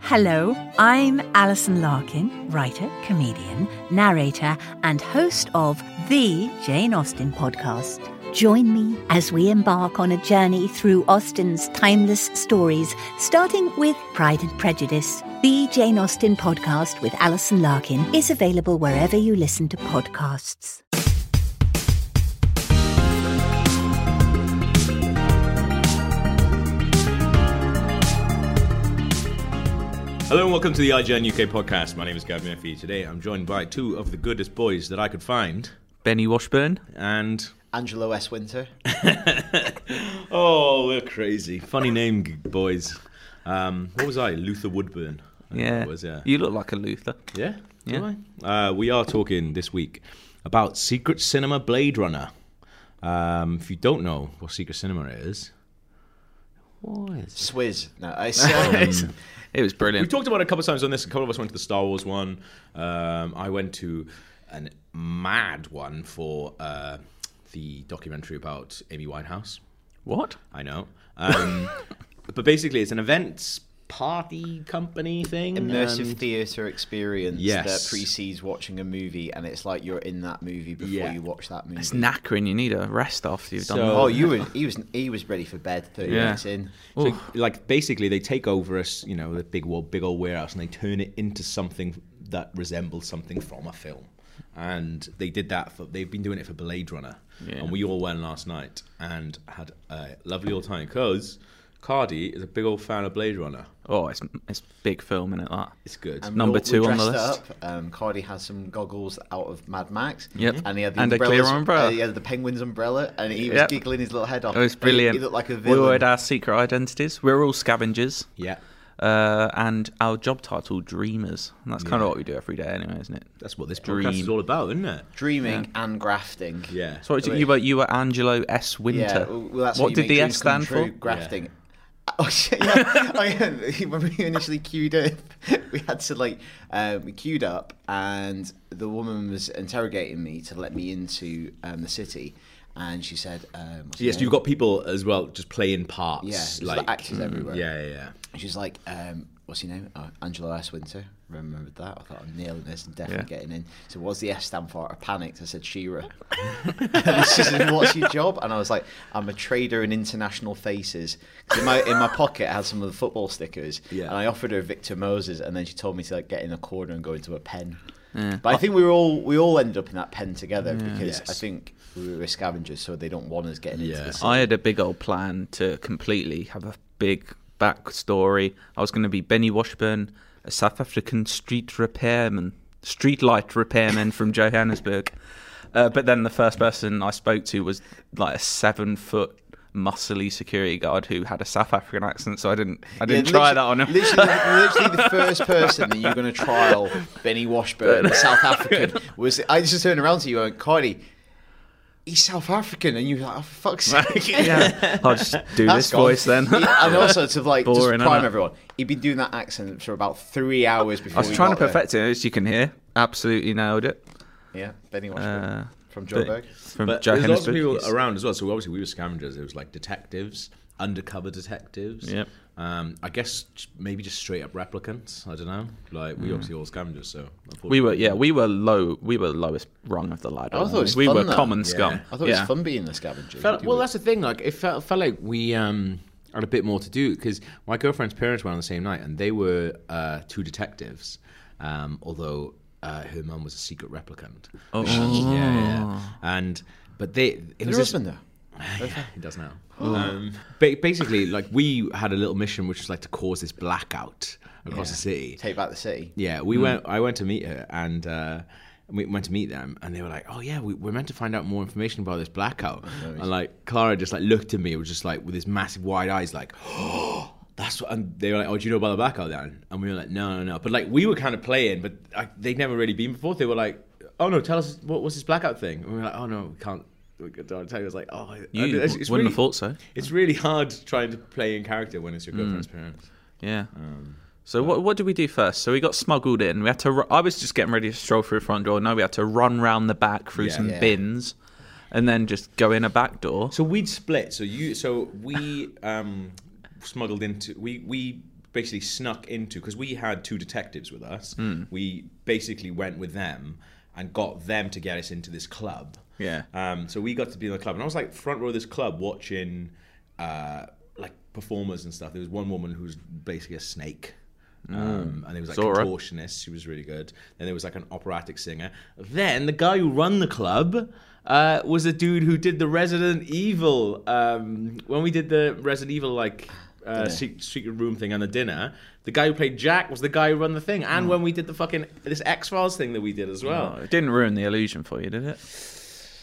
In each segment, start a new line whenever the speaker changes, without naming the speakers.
Hello, I'm Alison Larkin, writer, comedian, narrator, and host of the Jane Austen podcast. Join me as we embark on a journey through Austen's timeless stories, starting with Pride and Prejudice. The Jane Austen podcast with Alison Larkin is available wherever you listen to podcasts.
Hello and welcome to the IGN UK podcast. My name is Gav Murphy. Today I'm joined by two of the goodest boys that I could find.
Benny Washburn.
And
Angelo S. Winter.
oh, we're crazy. Funny name, g- boys. Um, what was I? Luther Woodburn. I think
Yeah.
it was, yeah.
You look like a Luther.
yeah? Do
Yeah.
I? Uh, we are talking this week about Secret Cinema Blade Runner. Um, if you don't know what Secret Cinema is, what is
Swizz. No, I saw
It was
We've
brilliant.
talked about it a couple of times on this. A couple of us went to the Star Wars one. Um, I went to an mad one for uh, the documentary about Amy Winehouse.
what?
I know. Um, but basically, it's an events party company thing.
immersive
and-
theatre experience
Yes.
that precedes watching a movie, and it's like you're in that movie before
Yeah.
you watch that movie.
It's knackering. You need a rest after you've done
So-
that.
oh, you were he was he was ready for bed thirty
Yeah.
minutes in.
So, like basically, they take over us, you know, the big old, big old warehouse, and they turn it into something that resembles something from a film. And they did that for. They've been doing it for Blade Runner,
Yeah.
and we all went last night and had a lovely old time because Cardi is a big old fan of Blade Runner.
Oh, it's it's big film in it that.
It's good.
And
Number
we all-
two
we
on the
dressed
list.
Up. Um, Cardi has some goggles out of Mad Max.
Yep.
And he had the
And a
umbrellas-
clear umbrella.
uh, he had the penguin's umbrella, and he was
Yep.
giggling his little head off.
It was
He-
brilliant.
He, looked like a
we all had
villain.
our secret identities. We are all scavengers.
yeah,
Uh, and our job title, dreamers. And that's kind of what we do every day, anyway, isn't it?
that's what this
Dream.
podcast is all about, isn't it?
Dreaming and grafting.
Yeah.
So what, you were you were Angelo S. Winter.
Yeah, well, well, that's
what
you
did
make
the
dreams
S
come
stand
true,
for?
Grafting. Oh shit! Yeah. I, when we initially queued up, we had to like um, we queued up, and the woman was interrogating me to let me into um, the city, and she said, um, what's her
yes,
name?
you've got people as well just playing parts.
yeah, there's,
like hmm.
like, actors
mm,
everywhere."
yeah, yeah, yeah.
And she's like, um, what's your name? Oh, Angela S. Winter. Remembered that. I thought I'm nailing this and definitely
Yeah.
getting in. So what's the S stand for? I panicked. I said Shira. and she said, what's your job? And I was like, I'm a trader in international faces. 'Cause in my in my pocket I had some of the football stickers.
Yeah.
And I offered her Victor Moses, and then she told me to like get in a corner and go into a pen. But I think we were all we all ended up in that pen together because
Mm. Yes.
I think we were scavengers, so they don't want us getting into
Yeah.
the city.
I had a big old plan to completely have a big backstory. I was going to be Benny Washburn, a South African street repairman, street light repairman from Johannesburg. Uh, but then the first person I spoke to was like a seven foot muscly security guard who had a South African accent, so I didn't I didn't
Yeah,
try
literally-
that on him.
Literally, literally the first person that you're going to trial, Benny Washburn, the South African, was. I just turned around to you and went, Cardi, he's South African. And you were like, oh, for fuck's sake.
yeah, I'll just do
That's
this
gone.
voice then.
He- and also to like
Boring,
just prime
innit?
everyone. He'd been doing that accent for about three hours before
I was
we
trying to
got there.
perfect it, as you can hear. Absolutely nailed it.
Yeah, Benny Washburn
Uh,
from
but-
Joburg.
From
But there's lots of
Johannesburg.
people
yes.
around as well. So obviously we were scavengers. It was like detectives, undercover detectives.
Yep.
Um, I guess maybe just straight up replicants. I don't know. Like we obviously all scavengers, so
Mm. We were yeah, we were low we were lowest rung of the ladder.
I thought it was
we
fun,
were
though.
common scum.
Yeah.
I thought it
Yeah.
was fun being the scavenger.
Felt, well, that's the thing. Like it felt, felt like we um, had a bit more to do because my girlfriend's parents went on the same night, and they were uh, two detectives. Um, although uh, her mum was a secret replicant. Oh, yeah, yeah, yeah.
Oh.
And but they it
Your
was just-
husband, though.
yeah, he does now. Um, ba- basically, like we had a little mission, which was like to cause this blackout across the city.
Take back the city.
Yeah, we went. I went to meet her, and uh, we went to meet them, and they were like, "Oh yeah, we, we're meant to find out more information about this blackout." And like Clara just like looked at me, was just like with this massive wide eyes, like, "Oh, that's what." And they were like, "Oh, do you know about the blackout then?" And we were like, "No, no, no." But like we were kind of playing, but like, they'd never really been before. They were like, "Oh no, tell us what, what's this blackout thing?" And we were like, "Oh no, we can't." We can't tell you." It was like, "Oh,
You
and
wouldn't have thought so.
It's really hard trying to play in character when it's your girlfriend's parents.
Yeah.
Um,
so what what did we do first? So we got smuggled in. We had to. ru- I was just getting ready to stroll through the front door. No, we had to run round the back through
Yeah.
some
Yeah.
bins, and then just go in a back door.
So we'd split. So you, so we um, smuggled into we we basically snuck into because we had two detectives with us. We basically went with them and got them to get us into this club.
Yeah.
Um, so we got to be in the club, and I was like front row of this club watching uh, like performers and stuff. There was one woman who was basically a snake. Um, and there was like
Zora.
contortionist. She was really good. Then there was like an operatic singer. Then the guy who run the club uh, was a dude who did the Resident Evil. Um, when we did the Resident Evil like uh, se- secret room thing and the dinner, the guy who played Jack was the guy who run the thing.
Hmm.
And when we did the fucking this X Files thing that we did as well.
Oh, it didn't ruin the illusion for you, did it?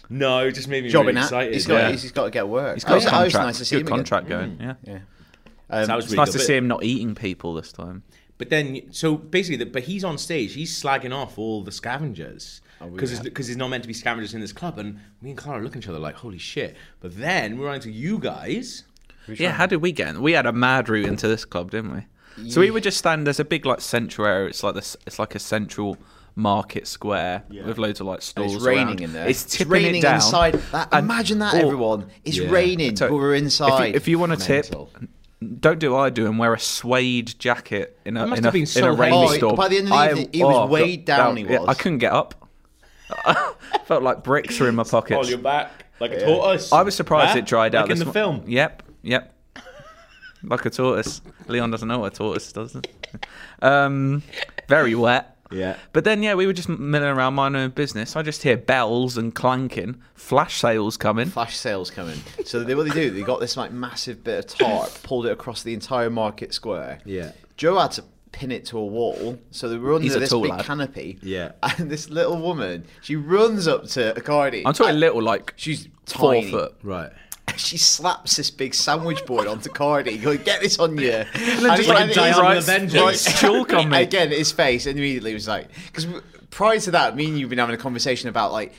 No, it just made me
Jobbing
really
at.
excited.
He's got,
yeah.
he's, he's got to get work.
He's
Oh,
got
I was,
a
I was
contract.
nice to see
good
him again. Mm.
contract going. Yeah.
Yeah.
So that was
um, It's
really
nice to
good.
see him not eating people this time.
But then, so basically, the, but he's on stage. He's slagging off all the scavengers because because there's not meant to be scavengers in this club. And me and Clara look at each other like, "Holy shit!" But then we're on to you guys.
Yeah, how did we get in? We had a mad route into this club, didn't we? So we would just stand. There's a big like central area. It's like this. It's like a central market square with loads of like
And
stores.
it's raining
around.
in there.
It's tipping
raining
it down.
inside. That,
And-
imagine that,
or-
everyone. It's
Yeah.
raining,
So
but we're
if you-
inside.
If you, want to tip,
Mental.
don't do what I do and wear a suede jacket in a
It must
in
have
a,
been
in
so
a
hot.
rainy
Oh,
storm.
by the end of the evening, he was
I- oh,
weighed
God,
down, he
yeah,
was.
I couldn't get up. Felt like bricks were in my pockets.
Hold your back like a tortoise.
I was surprised
Huh?
it dried out.
Like in
this
the
mo-
film.
Yep, yep. like a tortoise. Leon doesn't know what a tortoise does. does he? um, very wet.
Yeah.
But then, yeah, we were just milling around minding our own business. I just hear bells and clanking, flash sales coming.
flash sales coming. So they, what they do, they got this like massive bit of tarp, pulled it across the entire market square.
Yeah.
Joe had to pin it to a wall, so they were under
He's a
this
tall
big
lad.
canopy.
Yeah.
And this little woman, she runs up to Acardi.
I'm talking little, like
She's
four
tiny.
foot.
Right.
She slaps this big sandwich board onto Cardi, going, "Get this on you!" And,
just
he-
like
and
die
he's
on
right-
the vengeance.
he's-
Chalk on me.
Again, his face and immediately was like, because prior to that, me and you've been having a conversation about like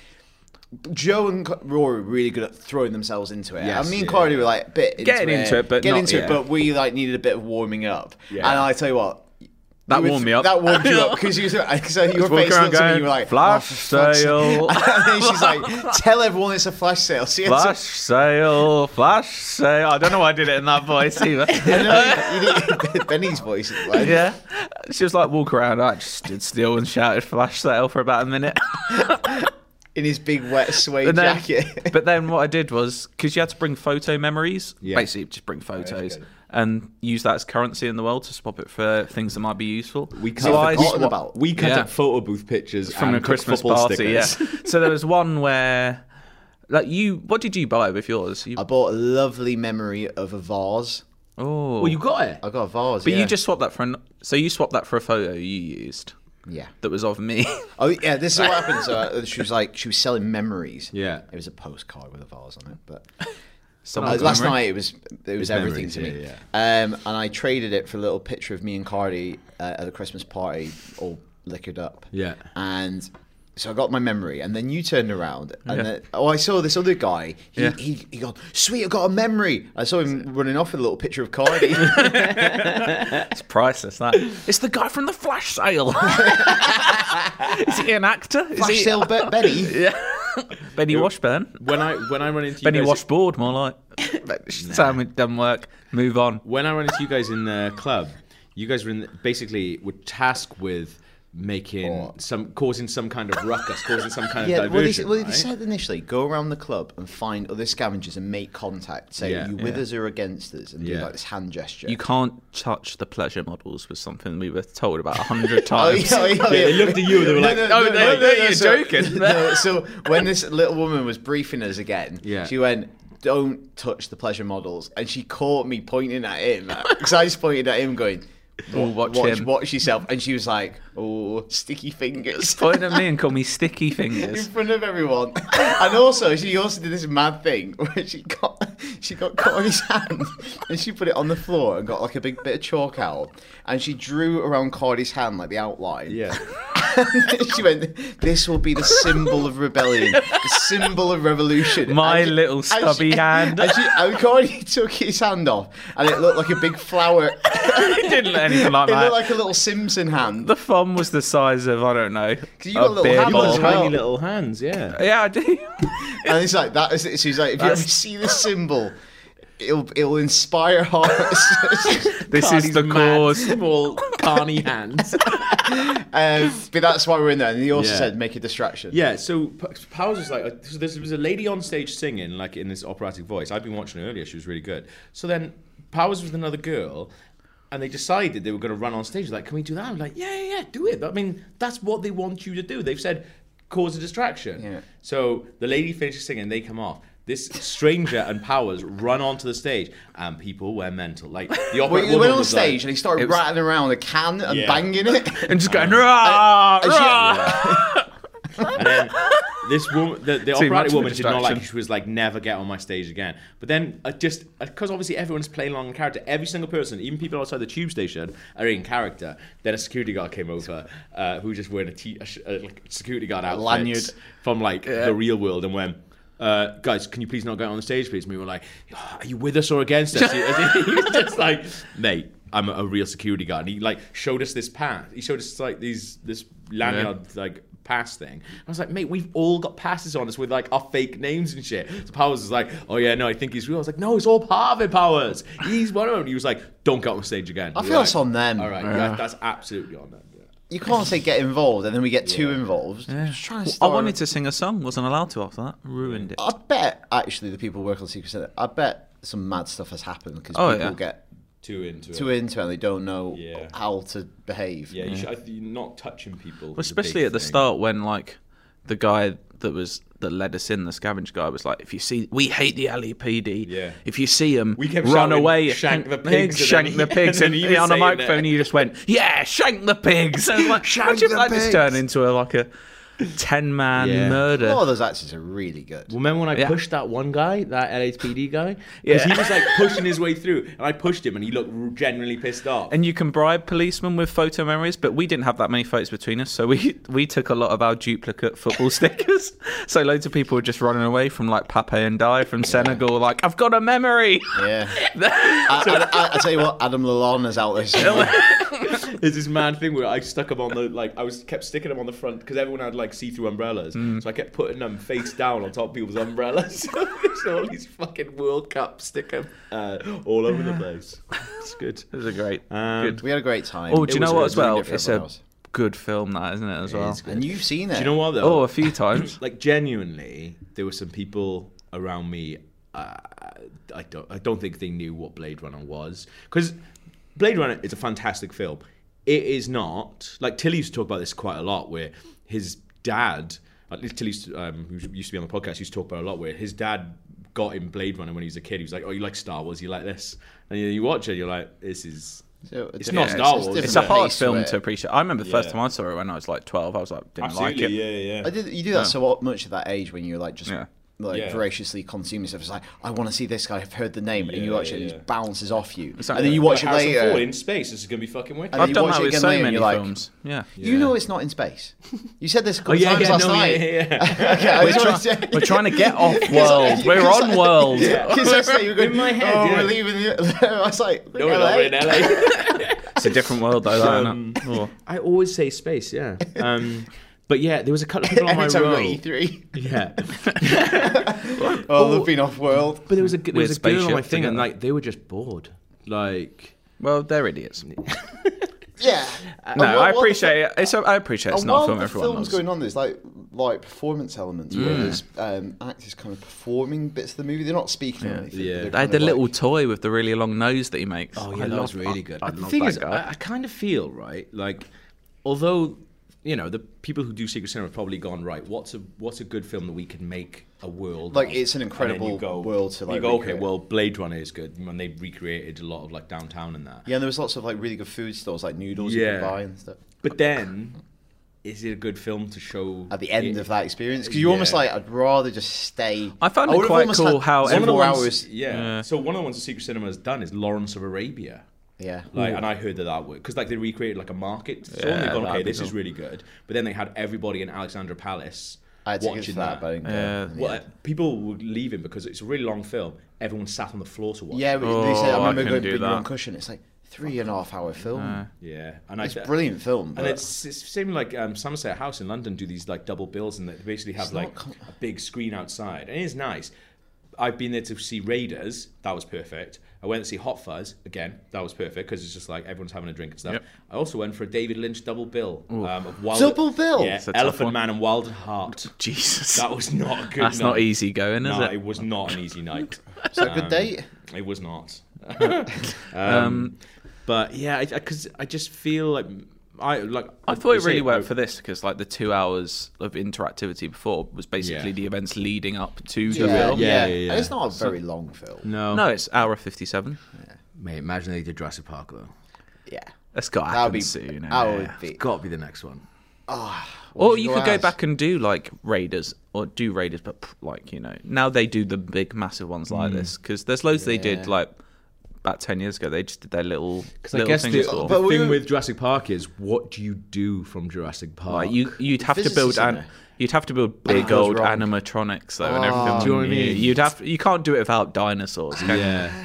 Joe and Co- Rory were really good at throwing themselves into it.
Yes,
and me and
yeah.
Cardi were like a bit into
Getting
it,
into it, but
getting
not
into
yet.
it, but we like needed a bit of warming up.
Yeah.
And I tell you what.
That
you were-
warmed me up.
That warmed you up because you were so you were
Walking
facing
around
up to me.
going,
and You were like
"Flash
"Oh, for fuck's sake."
sale."
and then she's like, "Tell everyone it's a flash sale." So you had to-
Flash sale, flash sale. I don't know why I did it in that voice either.
And then you did- Benny's voice. is Like,
Uh. yeah. She was like, walk around. I just stood still and shouted flash sale for about a minute.
in his big wet suede
then,
jacket.
but then what I did was because you had to bring photo memories,
Yeah.
basically just bring
Oh,
photos
good.
and use that as currency in the world to swap it for things that might be useful.
We
so I
cut
forgotten
swapped
about.
We cut
Yeah.
up photo booth pictures
from
and
a Christmas
football
party.
stickers.
Yeah. so there was one where, like you, what did you buy with yours? You,
I bought a lovely memory of a vase.
oh,
Well, you got it.
I got a vase.
but
yeah.
you just swapped that for an. So you swapped that for a photo you used
yeah.
that was of me.
Oh yeah, this is what happened. So uh, she was like, she was selling memories.
Yeah.
It was a postcard with a vase on it, but
Someone's
Uh, last
memory.
night it was it was everything
memories,
to me.
yeah,
Um, and I traded it for a little picture of me and Cardi uh, at a Christmas party, all liquored up.
Yeah.
And so I got my memory, and then you turned around, and
Yeah.
then, oh, I saw this other guy. He
Yeah.
he, he got sweet. I got a memory. I saw him running off with a little picture of Cardi.
It's priceless. That it's the guy from the flash sale. is he an actor? Is
Flash
he-
sale, Be- Benny.
Benny Washburn.
When I when I run into you
Benny
guys,
Washboard, more like. Sam, it doesn't work. Move on.
when I ran into you guys in the club, you guys were in basically were tasked with making
Oh.
some causing some kind of ruckus, causing some kind of
Yeah, well, they,
diversion.
well, they
right?
said initially go around the club and find other scavengers and make contact. Say
Yeah.
you with us or against us, and do
Yeah.
like this hand gesture.
You can't touch the pleasure models was something we were told about a hundred
Oh,
times.
yeah, oh, yeah, oh,
Yeah,
yeah.
they looked at you and they were like,
"Oh, no, no, you're
so-
joking."
no, so when this little woman was briefing us again,
Yeah.
she went, "Don't touch the pleasure models," and she caught me pointing at him because I just pointed at him, going,
We'll watch
watch,
him."
watch yourself," and she was like, "Oh, sticky fingers."
Point at me and call me sticky
in
fingers.
front of everyone. and also, she also did this mad thing where she got she got caught on his hand and she put it on the floor and got like a big bit of chalk out and she drew around Cardi's hand like the outline.
Yeah.
she went, "This will be the symbol of rebellion, the symbol of revolution."
My
she-
little stubby
she,
hand.
And, she, and Cardi took his hand off, and it looked like a big flower.
it didn't look anything like
it
that.
looked like a little Simpson hand.
the thumb was the size of I don't know.
you got a little
beer
hammer
ball.
as well.
Tiny little hands, yeah.
Yeah, I do.
And it's like that. Is it? She's like, "If you ever
That's-
see this symbol." it'll it'll inspire hearts.
This is the cause.
Small carny hands.
um, but that's why we're in there. And he also
Yeah.
said make a distraction.
Yeah, so P- Powers was like, uh, so there was a lady on stage singing, like in this operatic voice. I'd been watching her earlier, she was really good. So then Powers was with another girl, and they decided they were going to run on stage. Like, can we do that? I'm like, yeah, yeah, yeah, do it. I mean, that's what they want you to do. They've said, cause a distraction.
Yeah.
So the lady finishes singing, they come off. This stranger and Powers run onto the stage, and people were mental. Like, the
Well,
operatic
he
woman
went on
was like-
stage and he started
was-
rattling around a can and
Yeah.
banging it.
And just going, rah,
And she-
rah.
And then this woman, the, the
Too much
operatic
of a
woman, did not like.
distraction.
it. She was like, "Never get on my stage again." But then, uh, just because obviously everyone's playing along in character, every single person, even people outside the tube station, are in character. Then a security guard came over, uh, who just wearing a, t- a, sh- a like, security guard outfit
lanyard.
from like the real world, and went. Uh, guys, can you please not get on the stage, please? And we were like, "Are you with us or against us?" He, as he- he was just like, "Mate, I'm a, a real security guard." And he like showed us this path. He showed us like these this lanyard
Yeah.
like pass thing. I was like, mate, we've all got passes on us with like our fake names and shit. So Powers was like, oh yeah, no, I think he's real. I was like, no, it's all part of it, Powers. He's one of them. He was like, don't get on stage again.
I
We
feel
were
that's
like,
on them.
All right, yeah, that's absolutely on them. yeah.
You can't say get involved and then we get too involved. Just trying to
I
start-
wanted to sing a song, wasn't allowed to after that. Ruined it.
I bet actually the people who work on Secret Center. I bet some mad stuff has happened because
Oh,
people
yeah.
get
Too into
too
it.
into it and they don't know
Yeah.
how to behave.
Yeah, you should, I, th- not touching people.
Well, especially at the start when like the guy that was that led us in, the scavenge guy, was like, "If you see, we hate the LAPD.
Yeah.
If you see them,
We kept
run
shouting,
away,
"Shank the pigs," and then
shank
he-
the pigs."
and
And,
then he was
on a
saying
microphone,
that.
he just went, "Yeah, shank the pigs." And I was like,
Shank
how do you
the
like this
pigs.
turn into a like a ten man
Yeah.
murder?
A lot of those actors are really good.
Remember when I
Yeah.
pushed that one guy, that LHPD guy? Because
Yeah.
he was like pushing his way through, and I pushed him, and he looked r- genuinely pissed off.
and you can bribe policemen with photo memories, but we didn't have that many photos between us, so we we took a lot of our duplicate football stickers. So loads of people were just running away from like Pape and Dai from Senegal, like I've got a memory.
Yeah. I, I, I, I tell you what, Adam Lalonde is out there. somewhere.
There's this mad thing where I stuck them on the like I was kept sticking them on the front because everyone had like see-through umbrellas,
Mm.
so I kept putting them face down on top of people's umbrellas. so there's all these fucking World Cup sticker uh, all over the place. It's good.
It was a great,
Um,
good.
We had a great time.
Oh, do you
It was
know what?
good
As well,
doing it for
it's a
everyone else.
good film, that isn't it? As well.
is good.
And you've seen it.
Do you know what though?
Oh, a few times.
like genuinely, there were some people around me. Uh, I don't. I don't think they knew what Blade Runner was because Blade Runner is a fantastic film. It is not like Tilly used to talk about this quite a lot, where his dad, at least Tilly used to, um, who used to be on the podcast, used to talk about it a lot, where his dad got in Blade Runner when he was a kid. He was like, "Oh, you like Star Wars? You like this?" And you, you watch it, you're like, "This is."
So
It's not
different-
Star Wars.
different
It's a hard
place to
film
it.
to appreciate. I remember the first
Yeah.
time I saw it when I was like 12. I was like, didn't like it.
yeah, yeah.
I did. You do that so much at that age when you're like just
Yeah.
like
Yeah.
voraciously consuming stuff. It's like I want to see this guy. I've heard the name, and you
Yeah,
watch it,
yeah,
and
yeah.
it bounces off you,
like-
and then you watch it
Harrison
later.
Ford in space. This is gonna be fucking wicked.
And
I've
you
done
watch
that
it
with
again
so
later and
many
you're like-
films. Yeah.
You know it's not in space. You said this a couple times last night. Okay, I
We're,
just wanna
try-
say-
we're trying to get off world. We're on world.
Because I said you were going,
In my head,
Oh,
yeah.
we're leaving. The, I was like,
No, no, we're in LA.
It's a different world, though. that, isn't it? Oh.
I always say space, yeah. Um, but yeah, there was a couple of people on my
Every time we're
roll.
at E3.
Yeah,
Oh, they've been off world.
but there was a there was
With
a girl on my
spaceship
thing, and
together.
like they were just bored. Like
Well, they're idiots.
Yeah.
No, I appreciate it. It's, a- I appreciate it's
and
not a
while
film
the
everyone
film's
loves.
going on, there's like like performance elements where there's um, actors kind of performing bits of the movie. They're not speaking or anything.
Yeah.
They're
I had
kind
the
of
little
like-
toy with the really long nose that he makes.
Oh yeah,
I
that
love-
was really good.
I, I
the
love
thing
that
is,
guy.
I, I kind of feel right. Like, although you know the people who do Secret Cinema have probably gone right. What's a what's a good film that we could make a world
Like,
of?"
it's an
And then you
incredible
go-
world to,
you
like,
go, okay,
recreate.
well, Blade Runner is good, and they recreated a lot of like downtown and that.
yeah, and there was lots of like really good food stores, like noodles you
Yeah.
could buy and stuff.
But then, is it a good film to show
At the end
it-
of that experience, because you almost
Yeah.
like I'd rather just stay.
I found it
would've
quite
almost
cool
had
how
some of the
everyone-
ones-
It's- yeah.
Yeah.
So one of the ones that Secret Cinema has done is Lawrence of Arabia.
Yeah,
Like, and I heard that that worked because like they recreated like a market. So and
Yeah,
they've gone,
that'd
okay,
be
this is
cool.
really good. But then they had everybody in Alexandra Palace
I had tickets
watching
for that,
that.
but I didn't go.
Yeah.
well, uh, people were leaving because it's a really long film. Everyone sat on the floor to watch.
Yeah,
it.
but they said,
Oh, I
I remember
couldn't
going
do
to bring your
that.
own cushion. It's like three and a half hour film.
yeah, and
it's
I,
a brilliant film.
And
but-
it's, it's same like um, Somerset House in London do these like double bills, and they basically have
not
like
com-
a big screen outside, and it is nice. I've been there to see Raiders. That was perfect. I went to see Hot Fuzz again. That was perfect because it's just like everyone's having a drink and stuff.
Yep.
I also went for a David Lynch double bill. Um, of Wild-
Double bill?
Yeah,
It's a tough
Elephant
one.
Man and Wild at Heart.
Jesus.
That was not a good.
That's not
night.
easy going, is
no,
it?
it was not an easy night.
Is that a good date?
Um, It was not.
Um,
But yeah, because I, just feel like I like.
I thought it
you
really
say,
worked
I-
for this because like the two hours of interactivity before was basically
Yeah.
the events leading up to the
yeah,
film.
yeah,
yeah,
yeah.
It's not a very long film.
No,
No, it's hour fifty-seven.
Mate, imagine they did Jurassic Park though.
Yeah.
That's got to
That would
happen
be.
soon.
that
yeah.
would be.
Got to be the next one.
Or you could go
as?
back and do like Raiders or do Raiders, but pr- like you know now they do the big massive ones
Mm.
like this 'cause this because there's loads they did
Yeah.
like about ten years ago. They just did their little
I
little
guess the,
things. for-
the
But we
thing
were-
with Jurassic Park is what do you do from Jurassic Park?
like you you'd have to
physics
build
is in
an,
there.
you'd have to build big
goes
old
wrong. Oh.
animatronics though and everything.
Do you know what I
wouldn't you?
mean?
You'd have you can't do it without dinosaurs. Can you?
yeah.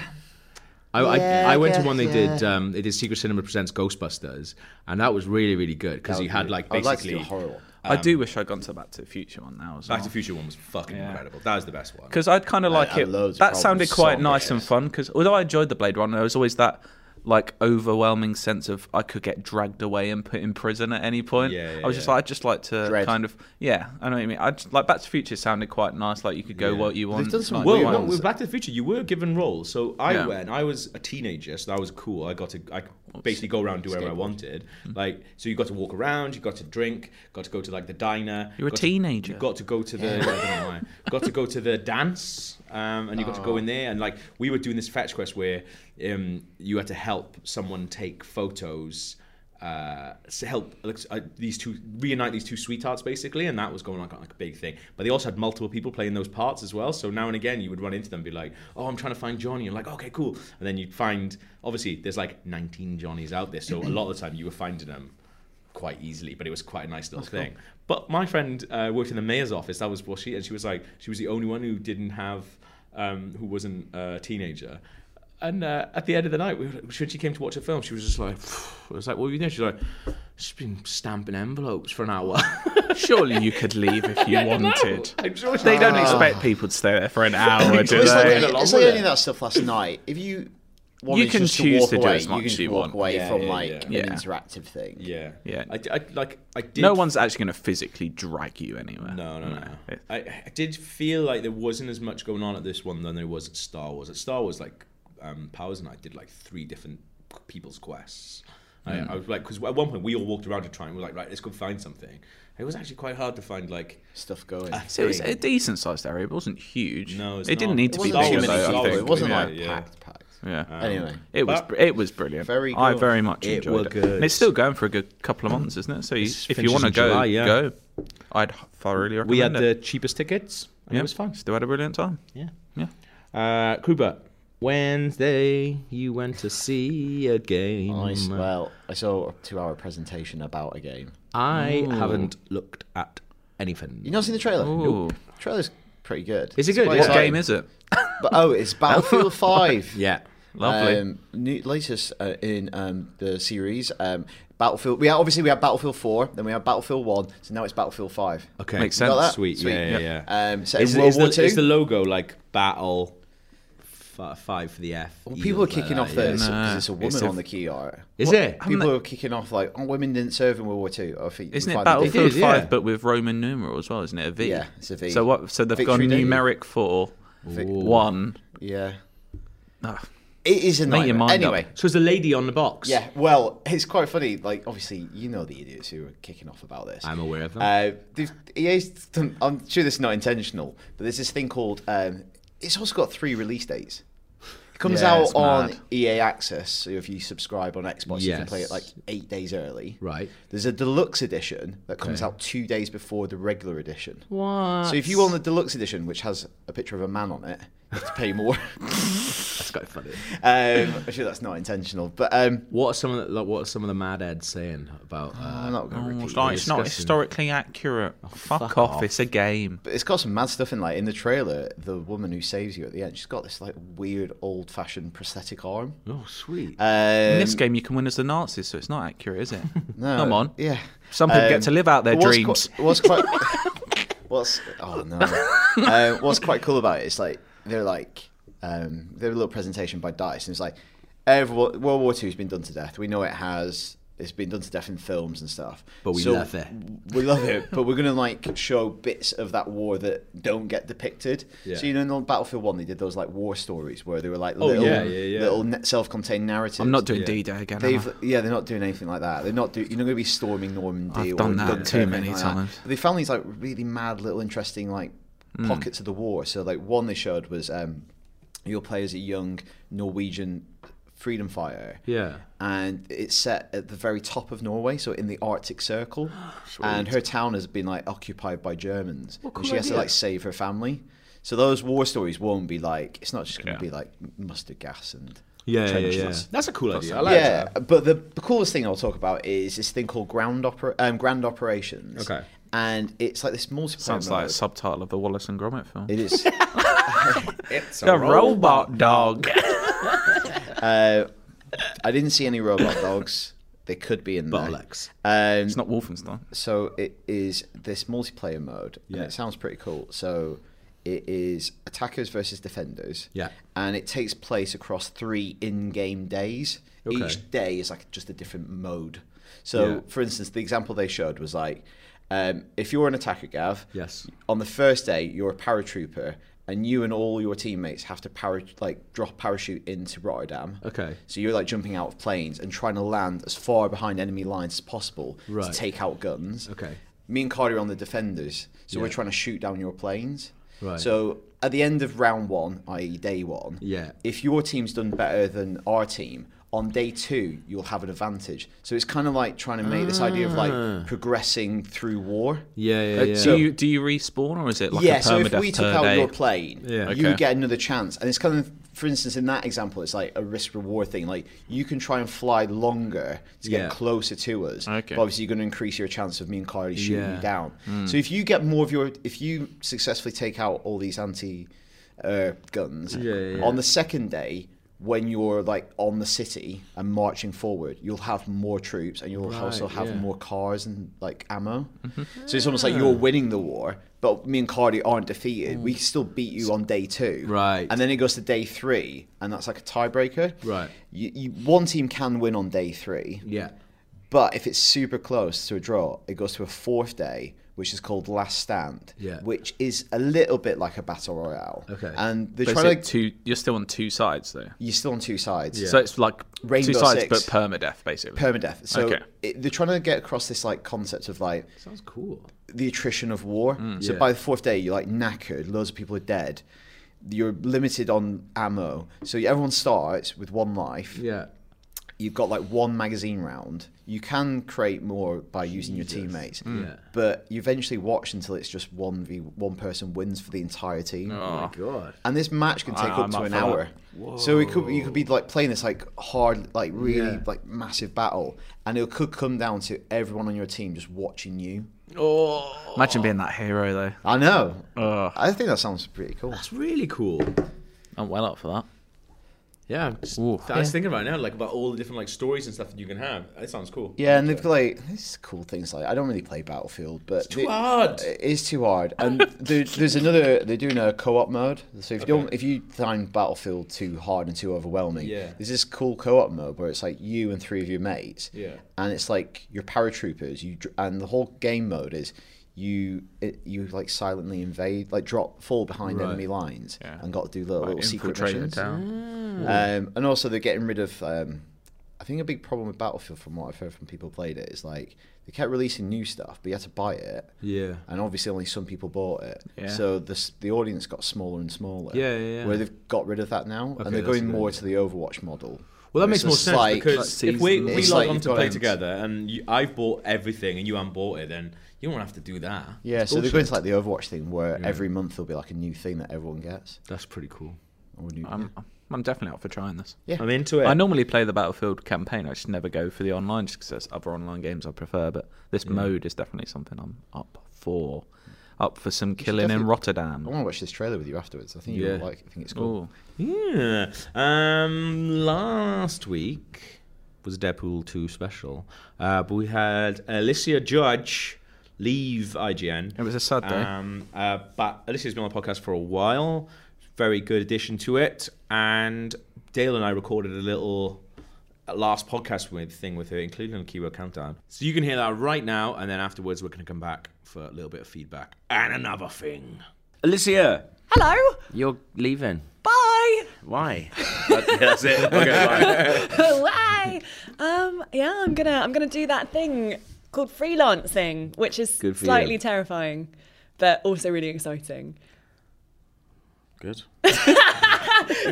I,
Yeah,
I,
I
I went to
guess,
one they
yeah.
did. Um, they did Secret Cinema presents Ghostbusters, and that was really really good because you had like
I'd like to do
basically
a horror one.
I do wish I'd gone to the Back to the Future one now as well.
Back to the Future one was fucking
Yeah.
incredible. That was the best one.
because I'd kind of like
had
it.
loads of
That sounded
problems
quite
solved,
nice
yeah.
and fun. Because although I enjoyed the Blade Runner, there was always that like overwhelming sense of I could get dragged away and put in prison at any point.
Yeah, yeah,
I was just
yeah.
like, I just like to
Dread.
kind of yeah. I know what you mean. I just, like Back to the Future sounded quite nice. Like you could go what you want.
done some
like,
Well,
weird
what
no,
you
ones.
want.
with Back to the Future, you were given roles. So I
Yeah.
went. I was a teenager, so that was cool. I got to I could basically go around and do whatever I wanted.
Mm-hmm.
Like, so you got to walk around, you got to drink, got to go to like the diner.
You're a
got to-
teenager.
you got to go to the I don't know why. got to go to the dance, um, and you got to
Oh.
go in there and like we were doing this fetch quest where um, you had to help someone take photos. Uh, to help like, uh, these two reunite these two sweethearts basically, and that was going on like, a big thing. But they also had multiple people playing those parts as well. So now and again, you would run into them and be like, "Oh, I'm trying to find Johnny." And like, "Okay, cool." And then you'd find obviously there's like 19 Johnnies out there, so a lot of the time you were finding them quite easily, but it was quite a nice little thing. But my friend uh, worked in the mayor's office. That was what she and she was like she was the only one who didn't have um, who wasn't a teenager. And uh, at the end of the night, we were, when she came to watch a film, she was just like, I was like, what are you doing? She's like, she's been stamping envelopes for an hour.
Surely you could leave if you wanted. Ah.
I'm sure she
They don't expect people to stay there for an hour, do
It's like,
they?
along
it's
with
like
it.
only that stuff last night. If you wanted
can
just
choose to
to walk
do
away,
as much
you
as
can
you
walk
want.
away
Yeah,
from
yeah,
like
yeah.
an
Yeah.
interactive thing.
Yeah,
Yeah.
I, I like I did.
No one's actually going to physically drag you anywhere.
No, no, no.
It-
I, I did feel like there wasn't as much going on at this one than there was at Star Wars. At Star Wars, like um, Powers and I did like three different people's quests. I, I was like, because at one point we all walked around to try and we were like, right, let's go find something. It was actually quite hard to find like.
Stuff going.
So it was a decent sized area. It wasn't huge.
No, it's
it didn't
not.
need
It
to be
It
Star
wasn't
bigger
Wars,
too many
though. I
people.
Wars,
think.
It wasn't
Yeah,
like
yeah.
packed, packed.
Yeah.
Anyway,
it was
But-
it was brilliant.
Very
I
good.
very much
It
enjoyed
were
it.
good.
And it's still going for a good couple of months, isn't it? So you,
It's
if you
finishes
want to
in
go,
July, yeah.
go. I'd h- thoroughly recommend
We had
it.
the cheapest tickets. And
yeah,
It was fun.
Still had a brilliant time.
Yeah.
Yeah.
Uh, Kruber, Wednesday you went to see a game.
nice. Well, I saw a two-hour presentation about a game.
I haven't looked at anything.
You not seen the trailer?
Ooh.
The trailer's pretty good.
Is it good?
quite
What
What
Sorry.
exciting.
game is it?
But, oh, it's Battlefield Five.
yeah.
Lovely.
Um, new, latest uh, in um, the series. Um, Battlefield. We had, obviously we had Battlefield Four, then we had Battlefield One, so now it's Battlefield Five.
Okay.
Makes
You got
sense.
that?
Sweet. Yeah, yeah, yeah.
Um, set
is,
in World
is
War
the,
Two.
is the logo like battle f- five for the F?
Well, people are
eagles like
kicking
that,
off that
uh, yeah.
it's, 'cause it's a
Nah.
woman
It's a-
on the key art.
Is it?
People are kicking off like, oh, women didn't serve in World War Two. I think
Isn't
we
it
find that they
Battlefield
did.
yeah.
Five, but with Roman numeral as well? Isn't it a V?
Yeah, it's a V.
So what? So they've
Victory,
gone
don't you?
numeric for
Vic-
one.
Yeah,
Ah,
it is a
Make your
nightmare.
mind up.
Anyway,
So is the lady on the box?
yeah. Well, it's quite funny. Like, obviously, you know the idiots who are kicking off about this.
I'm aware of them.
Uh, they've- EA's done, I'm sure this is not intentional, but there's this thing called. Um, it's also got three release dates. It comes
Yeah,
out
it's
on
mad.
EA Access, so if you subscribe on Xbox, you can play it
Yes.
like eight days early.
Right.
There's a deluxe edition that comes out two days before the regular edition.
What?
So if you want the deluxe edition, which has a picture of a man on it, you have to pay more.
that's quite funny.
um, I'm sure that's not intentional, but um,
What are some of the, like, what are some of the mad eds saying about? Uh,
I'm not going to repeat.
it's not, it's not
disgusting. Oh,
historically accurate. fuck,
fuck
off.
off.
It's a game.
But it's got some mad stuff in like in the trailer. The woman who saves you at the end, she's got this like weird old-fashioned prosthetic arm.
oh, sweet.
In
Um,
this game, you can win as the Nazis, so it's not accurate, is it?
no,
Come on.
Uh, yeah.
Some people get to live out their
but what's
dreams.
qui- what's quite, what's oh no, um, what's quite cool about it is like they're like um, they have a little presentation by Dice, and it's like everyone, World War Two has been done to death. We know it has. It's been done to death in films and stuff.
But we love it.
We love it, but we're gonna like show bits of that war that don't get depicted.
Yeah.
So you know, in on Battlefield One, they did those like war stories where they were like
Oh,
little,
yeah, yeah, yeah.
little ne- self-contained narratives.
I'm not doing
Yeah.
D Day again. am
They've
I?
yeah, they're not doing anything like that. They're not do, you're not going to be storming Normandy.
I've
or
done that
Dunkirk
too
or anything
many
like
times. Hmm.
That. But they found these like really mad little interesting like pockets of the war. So like one they showed was um, you'll play as a young Norwegian freedom fighter.
Yeah.
And it's set at the very top of Norway, so in the Arctic Circle. And her town has been like occupied by Germans. and she has to like save her family. So those war stories won't be like it's not just going to
Yeah.
be like mustard gas and
Yeah, yeah,
trenches
yeah. That's a cool idea. I like
yeah,
that.
but the, the coolest thing I'll talk about is this thing called ground opera, um, grand operations.
Okay.
and it's like this multiplayer.
Sounds like a
mode.
subtitle of a Wallace and Gromit film.
it is.
It's
the robot dog.
uh, I didn't see any robot dogs. They could be in there.
Bollocks.
Um,
it's not Wolfenstein.
so it is this multiplayer mode,
Yeah.
and it sounds pretty cool. So it is attackers versus defenders.
Yeah.
and it takes place across three in-game days.
Okay.
Each day is like just a different mode. So,
Yeah.
for instance, the example they showed was like, um, if you're an attacker, Gav.
Yes.
On the first day, you're a paratrooper, and you and all your teammates have to para- like drop parachute into Rotterdam.
Okay.
So you're like jumping out of planes and trying to land as far behind enemy lines as possible
Right.
to take out guns.
Okay.
Me and Cardi are on the defenders, so we're
Yeah.
trying to shoot down your planes.
Right.
So at the end of round one, i.e., day one,
Yeah.
if your team's done better than our team, on day two you'll have an advantage. So it's kind of like trying to make this idea of like progressing through war.
Ah. Yeah, yeah,
Uh,
yeah.
Do you do you respawn or is it like
yeah,
a
so
permadeath
if we took
per
out
day?
your plane,
Yeah.
you
Okay.
get another chance. And it's kind of, for instance, in that example, it's like a risk reward thing. Like you can try and fly longer to get
Yeah.
closer to us.
Okay. Hmm.
But obviously, you're going to increase your chance of me and Kylie shooting
Yeah.
you down. So if you get more of your, if you successfully take out all these anti uh, guns
Yeah, yeah, yeah.
on the second day. When you're like on the city and marching forward, you'll have more troops and you'll also
Right,
have
yeah.
more cars and like ammo.
Mm-hmm.
So it's almost like you're
Ah.
winning the war, but me and Cardi aren't defeated. We still beat you on day two.
Mm. Right.
And then it goes to day three, and that's like a tiebreaker.
Right.
You, you, one team can win on day three,
yeah.
but if it's super close to a draw, it goes to a fourth day, which is called Last Stand,
Yeah.
which is a little bit like a battle royale.
Okay.
And they're
But is
trying
it
to.
two, you're still on two sides though.
You're still on two sides.
Yeah.
So it's like
Rainbow
two sides
Six.
but permadeath basically.
Permadeath. So
Okay.
it, they're trying to get across this like concept of like
Sounds cool.
the attrition of war. so
Mm. Yeah.
by the fourth day, you're like knackered. Loads of people are dead. You're limited on ammo. So everyone starts with one life.
Yeah.
You've got like one magazine round. You can create more by using your teammates.
Yeah.
But you eventually watch until it's just one v one person wins for the entire team.
Oh, my God.
And this match can take
Ah,
up
I'm
to
up for
an
that.
hour. So it could you could be like playing this like hard like really
Yeah.
like massive battle and it could come down to everyone on your team just watching you.
Oh,
Imagine being that hero though.
I know.
Ugh.
I think that sounds pretty cool.
that's really cool.
I'm well up for that.
Yeah, I'm just, I
Ooh.
was thinking right now, like about all the different like stories and stuff that you can have. It sounds cool.
Yeah, and they've got like these cool things like I don't really play Battlefield, but it's
too hard.
It is too hard, and there, there's another. They're doing a co-op mode, so if you don't, if you find Battlefield too hard and too overwhelming,
Yeah.
there's this cool co-op mode where it's like you and three of your mates,
Yeah.
and it's like you're paratroopers. You dr- and the whole game mode is you it, you like silently invade, like drop fall behind
Right.
enemy lines,
Yeah.
and got to do little,
Like
little secret
infiltrate the
missions.
town.
Mm.
Um, and also, they're getting rid of. Um, I think a big problem with Battlefield, from what I've heard from people who played it, is like they kept releasing new stuff, but you had to buy it,
Yeah.
and obviously only some people bought it.
Yeah.
So the s- the audience got smaller and smaller.
Yeah, yeah, yeah.
Where they've got rid of that now,
Okay,
and they're
that's
going
good.
more to the Overwatch model.
Well, that
Where
makes
it's
more
just
sense
like-
because
like
if we,
seasons.
we
It's
log
like
on
you've
to
got
play
to-
together and you, I've bought everything and you haven't bought it, then you don't have to do that.
yeah,
It's
so they're
bullshit.
going to like the Overwatch thing, where every month there'll be like a new thing that everyone gets.
That's pretty cool.
Or new,
I'm I'm definitely up for trying this.
Yeah.
I'm into it.
I normally play the Battlefield campaign. I just never go for the online just because there's other online games I prefer. But this mode is definitely something I'm up for. Up for some killing in
definitely-
Rotterdam.
I want to watch this trailer with you afterwards. I think you'll
Yeah.
like. it. I think it's cool.
Ooh.
Yeah. Um, last week was a Deadpool 2 special, uh, but we had Alicia Judge leave IGN.
It was a sad day.
Um, uh, but Alicia's been on the podcast for a while. very good addition to it. And Dale and I recorded a little last podcast with thing with her, including a keyword countdown. So you can hear that right now, and then afterwards we're going to come back for a little bit of feedback and another thing.
Alicia,
Hello.
you're leaving.
Bye.
Why?
That's it. Okay,
Why? Oh, Um, yeah, I'm gonna I'm gonna do that thing called freelancing, which is
Good for
slightly
you.
terrifying, but also really exciting.
Good.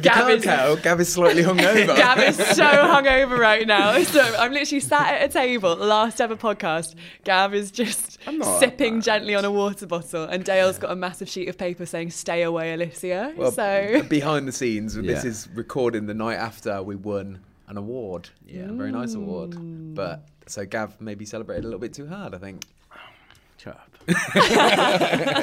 Gab is,
Gav is slightly hungover.
Gab is so hungover right now. So I'm literally sat at a table, last ever podcast. Gab is just sipping gently on a water bottle, and Dale's got a massive sheet of paper saying "Stay away, Alicia."
Well,
so
behind the scenes, this
Yeah.
is recording the night after we won an award. Yeah, a very nice award. But so Gav maybe celebrated a little bit too hard, I think.
Shut up.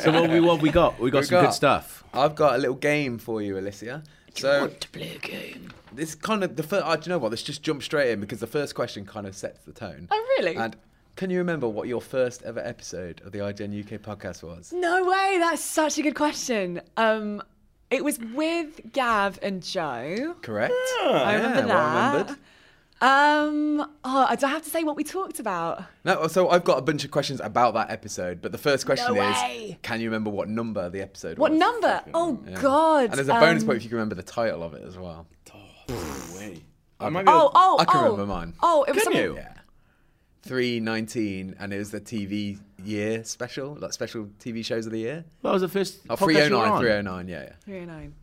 so what we what we got? We got
We
some
got-
good stuff.
I've got a little game for you, Alicia. So
to play a game.
this kind of the first. Uh, do you know what? Let's just jump straight in because the first question kind of sets the tone.
Oh, really?
And can you remember what your first ever episode of the IGN UK podcast was?
No way. That's such a good question. Um, it was with Gav and Joe.
Correct.
I remember
yeah, well
that.
remembered.
Um, oh, do I have to say what we talked about?
No, so I've got a bunch of questions about that episode, but the first question
No
is:
way.
Can you remember what number the episode
What
was?
number? Oh
Yeah.
God!
And there's a bonus
um,
point if you can remember the title of it as well.
I might be
Oh, oh,
I can
oh.
remember mine.
Oh, it was something-
Yeah. Three nineteen, and it was the TV year special, like special TV shows of the year.
What was the first?
Oh,
podcast you were
309,
on?
309, yeah, yeah.
Three and nine.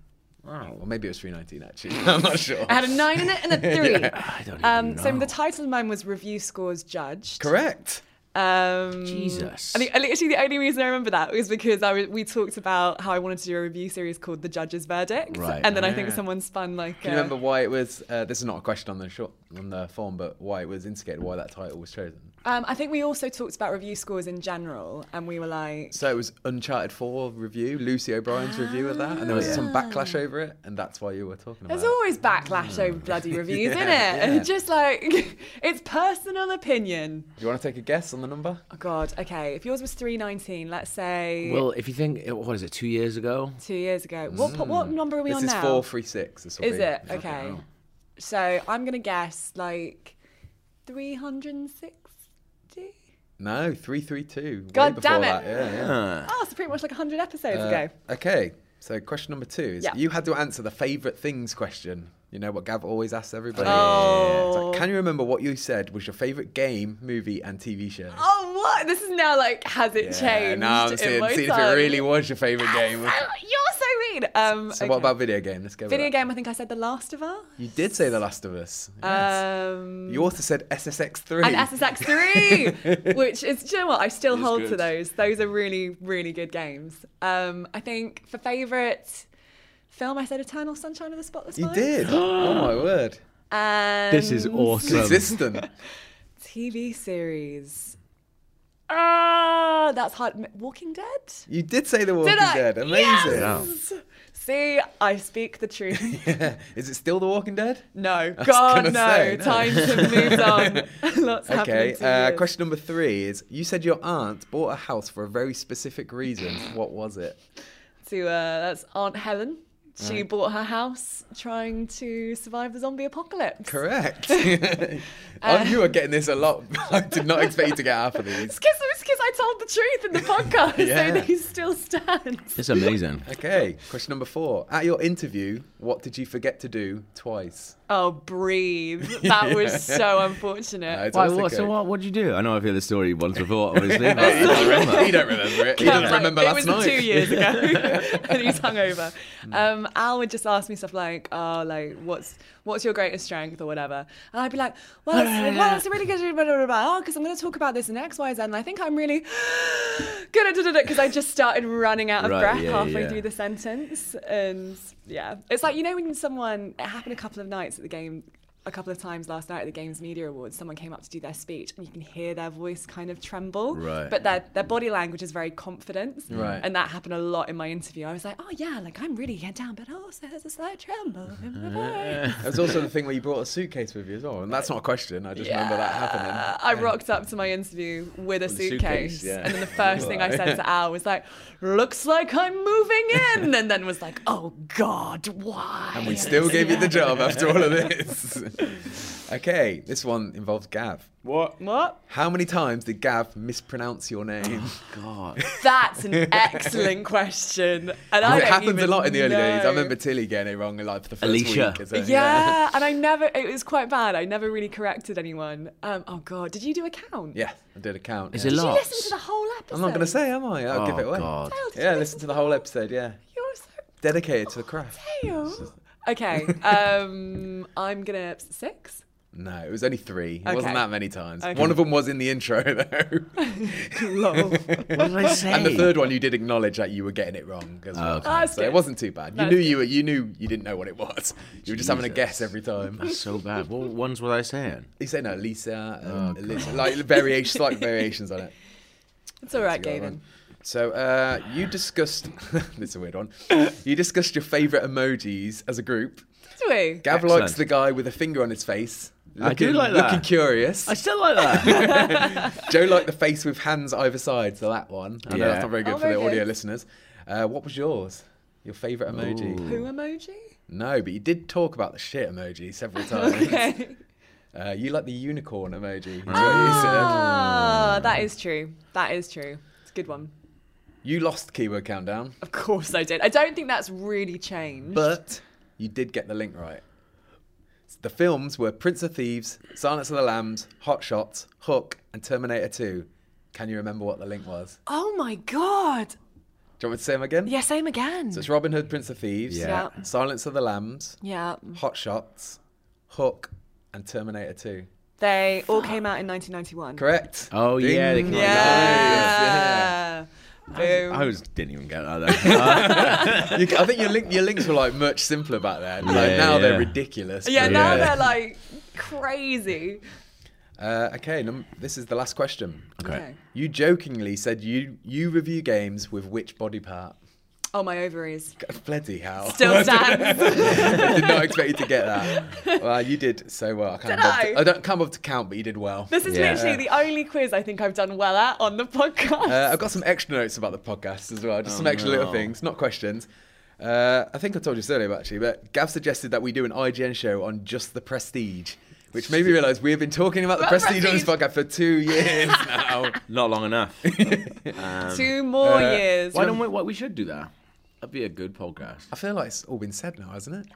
Wow. Well, maybe it was 319 actually. I'm not sure.
I had a nine in it and a three.
I don't even
Um,
know.
so the title of mine was "Review Scores Judged."
Correct.
Um,
Jesus.
I, think, I literally the only reason I remember that was because I was, we talked about how I wanted to do a review series called "The Judge's Verdict,"
Right.
and then I think someone spun like.
Can
uh,
you remember why it was? Uh, this is not a question on the short on the form, but why it was instigated, why that title was chosen.
Um, I think we also talked about review scores in general, and we were like,
So it was Uncharted 4 review, Lucy O'Brien's review of that, and there was some
Ah.
backlash over it, and that's why you were talking about.
There's
it.
always backlash over bloody reviews, isn't it?
mm. yeah.
Just like it's personal opinion.
Do you want to take a guess on the number?
Oh God. Okay, if yours was 319, let's say
Well, if you think, what is it? Two years ago.
two years ago. What po what number are we
mm.
on
This is
now?
four three six. This will
Is
be.
it okay? So I'm gonna guess like 360.
No, three three two.
God
Way
damn
before
it.
That. Yeah, yeah.
Oh, so pretty much like 100 episodes
Uh,
ago.
Okay, so question number two is
Yeah.
you had to answer the favourite things question. You know what Gav always asks everybody. It's like,
Oh.
can you remember what you said was your favourite game, movie, and TV show?
Oh what? This is now like has it changed?
Now I'm
in
seeing,
my
seeing if it
son?
really was your favourite game.
Oh, You're so mean. Um,
So what
okay.
about video game? Let's go. with
video
that.
game? I think I said The Last of Us.
You did say The Last of Us. Yes.
Um,
you also said SSX three.
and SSX 3, which is, do you know what? I still hold to
good.
those. Those are really, really good games. Um, I think for favourite film, I said Eternal Sunshine of the Spotless
You
Mind.
did. oh my word.
And
This is awesome.
Consistent.
TV series. Ah, that's hard. Walking Dead?
you did say The Walking
I?
Dead. Amazing.
Yes! See, I speak the truth.
Is it still The Walking Dead?
No,
was
God,
gonna
no.
say, no.
Time to move on. Lots happening.
Okay.
in two
Uh,
years.
question number three is: You said your aunt bought a house for a very specific reason. What was it?
to uh, that's Aunt Helen. She bought her house trying to survive the zombie apocalypse.
Correct. Um, you are getting this a lot. I did not expect you to get half of these.
Because I told the truth in the podcast,
Yeah.
so they still stand.
It's amazing.
Okay. Question number four: At your interview, what did you forget to do twice?
Oh, breathe. That was so unfortunate.
Uh, it's
Why,
always
what,
the
so
case.
what? What did you do? I know I've heard the story once before, obviously. but
You don't remember. You don't remember it. He
Yeah,
doesn't
like,
remember
it
last
was
night. Mm.
two years ago, and he's hungover. Um, Al would just ask me stuff like, "Oh, like what's what's your greatest strength or whatever," and I'd be like, "Well, it's, well, it's a really good blah blah blah, blah because I'm going to talk about this in X Y Z, and I think I'm really good at because I just started running out of
Right,
breath
yeah,
halfway
yeah.
through the sentence, and yeah, it's like you know when someone it happened a couple of nights at the game. a couple of times last night at the Games Media Awards, someone came up to do their speech, and you can hear their voice kind of tremble.
Right.
But their their body language is very confident.
Right.
And that happened a lot in my interview. I was like, oh yeah, like I'm really head down, but also there's a slight tremble in my voice.
It was also the thing where you brought a suitcase with you as well, and that's not a question. I just remember that
Uh,
happening.
I rocked up to my interview with a suitcase,
suitcase, yeah.
and then the first thing I said to Al was like, "Looks like I'm moving in," and then was like, "Oh God, why?"
And we still gave you the job after all of this. okay, this one involves Gav.
What?
What?
How many times did Gav mispronounce your name?
God.
That's an excellent question, and I
it
don't
happens a
even
lot in the early days. I
know.
remember Tilly getting it wrong like for the first
Alicia.
week. as
Yeah,
a-
and I never. It was quite bad. I never really corrected anyone. Um, oh God, did you do a count?
Yeah, I did a count.
Is
yeah.
it
Did you
lots?
listen to the whole episode?
I'm not going to say, am I? I'll give it away.
God.
Al, did you
Yeah, listen to the whole episode, yeah.
You're so
Dedicated to the craft.
pale. Okay, um, I'm gonna six.
No, it was only three. It wasn't
Okay.
that many times.
Okay.
One of them was in the intro, though.
Lol.
What did I say?
And the third one, you did acknowledge that you were getting it wrong as well.
okay.
Oh, that's
so
good.
it wasn't too bad. You
That's
knew you were, you knew you didn't know what it was. You were just having a
Jesus.
guess every time.
That's so bad. What ones were I saying?
You say no, Lisa,
Oh,
um, Liz, like variations, slight variations on it.
It's all right,
Got it
Gavin.
wrong. So uh, you discussed this is a weird one. You discussed your favourite emojis as a group.
Do we?
Gav
Excellent.
likes the guy with a finger on his face. Looking,
I do like that.
Looking curious.
I still like that.
Joe liked the face with hands either side, so that one. I know
Yeah.
that's not very good
Oh,
for
very
the audio
good.
listeners. Uh, what was yours? Your favourite emoji?
Ooh.
Poo emoji?
No, but you did talk about the shit emoji several times.
Okay.
Uh, you like the unicorn emoji. is what
Ah, that is true. That is true. It's a good one.
You, said. you lost keyword countdown,
Of course I did. I don't think that's really changed.
but you did get the link right. The films were Prince of Thieves, Silence of the Lambs, Hot Shots, Hook, and Terminator 2. Can you remember what the link was?
oh my god.
Do you want me to say them again?
Yeah, same again.
So it's Robin Hood, Prince of Thieves,
Yeah. Yeah.
Silence of the Lambs,
yeah.
Hot Shots, Hook, and Terminator 2.
They all came out in 1991.
Correct?
Uh,
Oh,
Ding.
yeah, they came out in
Yeah.
Oh
Boom.
I was didn't even get that.
You, I think your, link, your links were like much simpler back then. like
Yeah,
now they're
yeah.
ridiculous.
yeah,
but-
now
Yeah.
they're like crazy.
Uh, okay, num- this is the last question.
Okay.
You jokingly said you you review games with which body part?
Oh, my ovaries.
Bloody hell!
Still stands.
I did not expect you to get that. Well, you did so well. I can't.
Did
bother to-
I?
I don't can't bother to count, but you did well.
this is
Yeah.
literally the only quiz I think I've done well at on the podcast.
Uh, I've got some extra notes about the podcast as well,
Oh,
just some extra little things, not questions. Uh, I think I told you this earlier, actually, but Gav suggested that we do an IGN show on just the prestige, which made me realise we have been talking about the
About
prestige on this podcast for two years now.
Not long enough. Um,
Two more
uh,
years.
Why don't we? What we should do that? That'd be a good podcast.
I feel like it's all been said now, hasn't it?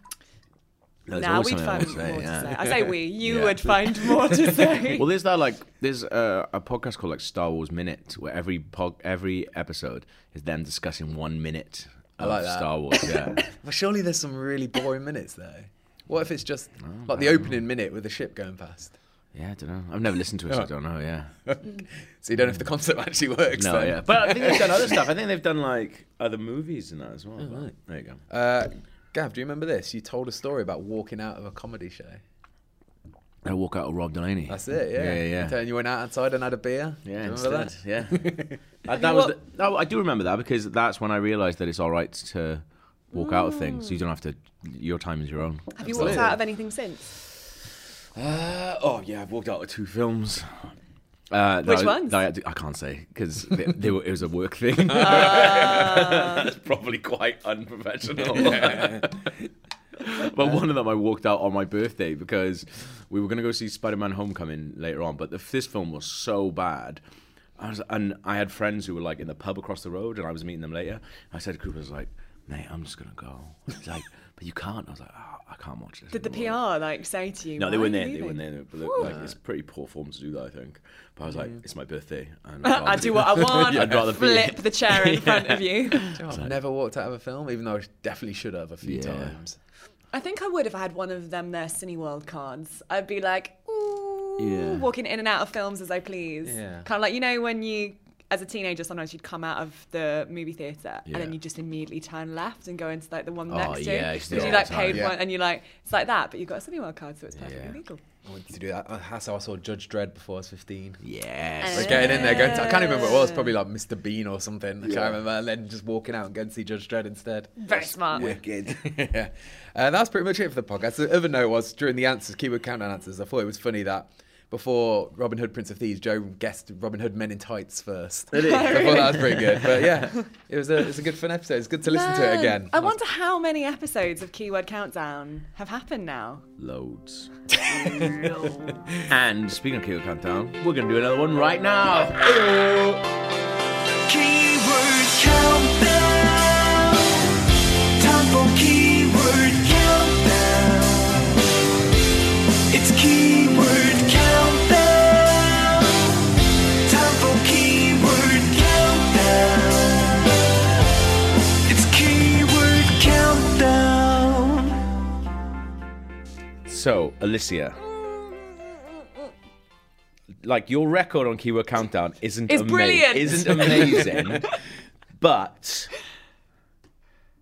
There's
Now
always
we'd
something I
find
would
more
say,
to
yeah.
say. I say we. You
Yeah.
would find more to say.
Well, there's that like there's a, a podcast called like Star Wars Minute where every pod, every episode is them discussing one minute of
like that.
Star Wars. Yeah,
Well, surely there's some really boring minutes though. What if it's just
Oh,
like
um,
the opening minute with the ship going past?
yeah. I don't know. I've never listened to it, so I don't know. Yeah,
So you don't know if the concept actually works.
no,
then.
yeah. But I think they've done other stuff. I think they've done like other movies and that as well. but There you go.
Uh, Gav, do you remember this? You told a story about walking out of a comedy show.
I walk out with Rob Delaney.
That's it, yeah.
yeah, yeah.
You tell- you went out outside and had a beer. Do you
Yeah,
remember that?
instead, Yeah, Uh, that was. The, no, I do remember that because that's when I realised that it's all right to walk out of things. You don't have to. Your time is your own.
Have you walked out of anything since?
Uh, oh yeah, I've walked out of two films. Uh, that
Which
I-
ones?
that I, had to- I can't say because they, they were, it was a work thing.
Ah.
That's probably quite unprofessional. but one of them I walked out on my birthday because we were going to go see Spider Man Homecoming later on, but the, this film was so bad. I was, and I had friends who were like in the pub across the road, and I was meeting them later. I said to Cooper, I was like, mate, I'm just going to go. He's like, but you can't. I was like, oh, I can't watch this.
Did the
anymore."
PR like say to you?
No, they
"Why
weren't
are
there.
you
They weren't
leaving?"
there. But like, it's pretty poor form to do that, I think. But I was like, it's my birthday, and I'd
I
rather
do
be-
what I want.
I'd rather be-
flip the chair in front of you.
Do you know, I've never walked out of a film, even though I definitely should have a few
Yeah.
times.
I think I would if I had one of them their Cineworld cards. I'd be like, ooh,
Yeah.
walking in and out of films as I please.
Yeah.
Kind of like you know when you as a teenager, sometimes you'd come out of the movie theater and
Yeah.
then you just immediately turn left and go into like the one
Oh,
next to.
yeah, I used to do
because you
that
like
all the
paid
time.
one and you like it's like that, but you've got a cinema card, so it's perfectly
Yeah.
legal.
I wanted to do that. Uh, That's how I saw Judge Dredd before I was 15.
Yes.
Like getting in there, going to, I can't remember what
Um,
it was, probably like Mr. Bean or something. I can't remember. And then just walking out and going to see Judge Dredd instead.
Very smart.
Wicked.
yeah. Uh, that's pretty much it for the podcast. The other note was during the answers, keyword countdown answers, I thought it was funny that before Robin Hood, Prince of Thieves, Joe guessed Robin Hood Men in Tights first. It is. I thought that was pretty good. But yeah, it was a, it was a good fun episode. It's good to listen to it
Man,
again.
I wonder how many episodes of Keyword Countdown have happened now.
Loads. and speaking of Keyword Countdown, we're going to do another one right now.
Keyword countdown. Time for keyword countdown. It's keyword countdown. Time for keyword countdown. It's keyword countdown.
So, Alicia. Like your record on Keyword Countdown isn't
It's
ama-
brilliant.
isn't amazing, but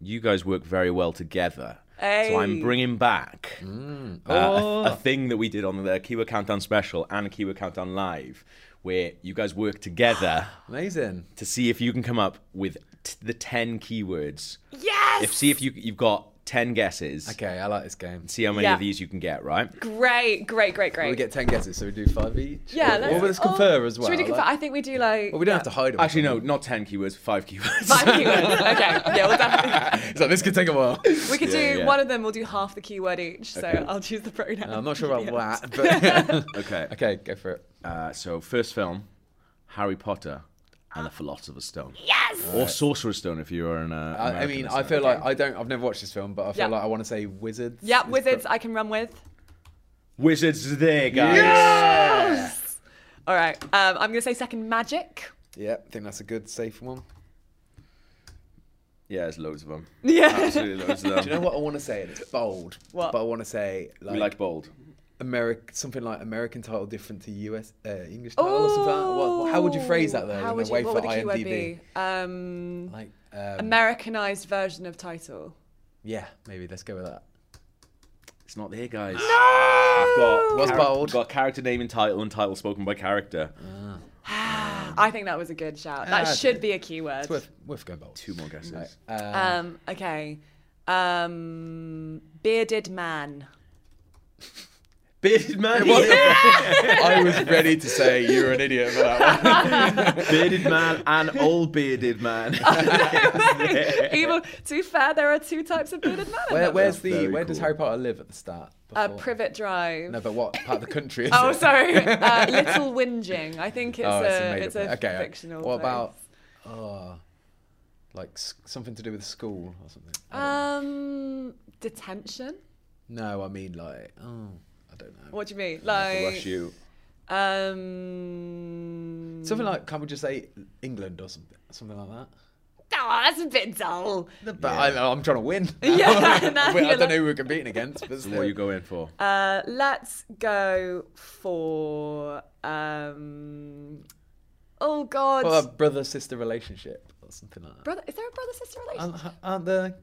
you guys work very well together. So I'm
Hey. Mm. Oh.
bringing back uh, a, a thing that we did on the Keyword Countdown special and Keyword Countdown live, where you guys work together
Amazing.
to see if you can come up with t- the ten keywords.
Yes!
If see if you you've got ten guesses.
Okay, I like this game.
See how many
Yeah.
of these you can get right.
Great, great, great, great.
We get 10 guesses, so we do five each.
yeah, let's,
Well, let's
oh,
confer as well.
Should we do confer?
like-
I think we do like.
well, we don't have to hide them.
Actually, no, not 10 keywords, five keywords.
Five keywords. Okay. Yeah, we'll definitely.
It's like, this could take a while.
We could
Yeah,
do
yeah.
one of them. We'll do half the keyword each. So I'll choose the pronoun.
I'm not sure about that, but
okay.
okay, go for it.
Uh, so, first film Harry Potter and the Philosopher's Stone. Yes! Or Sorcerer's Stone if you are an. Uh,
I, I
American
mean,
or
I
something.
feel like I don't. I've never watched this film, but I feel
Yeah.
like I want to say wizards.
Yeah,
is
wizards.
pro-
I can run with.
Wizards is there, guys.
All right. Um, I'm gonna say second magic.
yeah, I think that's a good safe one.
Yeah, there's loads of them.
Yeah.
Absolutely loads of them.
Do you know what I want to say? And it's bold.
What?
But I want to say like,
We like bold.
American, something like American title different to US uh, English title or something. Like that. What, what- how would you phrase that though?
How
in
would
a
you,
way
what
for
would the keyword
IMDb?
be? Um,
Like, um,
Americanized version of title.
yeah, maybe let's go with that.
It's not there, guys. No! I've got,
What's
charac-
bold?
got character name and title and title spoken by character.
I think that was a good shout. That
Ah,
should be a keyword.
It's worth Ah. worth going bold.
Two more guesses.
Um, okay. Um, bearded man.
Bearded man.
I was ready to say you're an idiot for that one.
bearded man and old bearded man.
Evil. To be fair, there are two types of bearded man. in
Where,
that
where's
was
the?
very
Where does
cool.
Harry Potter live at the start?
Uh,
Before-
Privet Drive.
No, but what part of the country is
oh,
it?
sorry. Uh, Little Whinging. I think it's
Oh, it's a
a,
made-up
it's a
one. Okay, uh,
fictional.
what
place.
about- Oh, like s- something to do with school or something. I
Uh,
don't-
Um, detention.
no, I mean like oh, I don't know.
What do you mean?
Rush
Like,
you.
um,
Something like can we just say England or something, something like that?
Oh, that's a bit dull.
But I, I'm trying to win.
Yeah, no,
Wait, I
you're
don't
like-
know who we're competing against. But
What are you going for?
Uh, let's go for um. Oh God,
Well, um, a brother sister relationship or something like that.
brother. Is there a brother sister relation?
Aren't, aren't the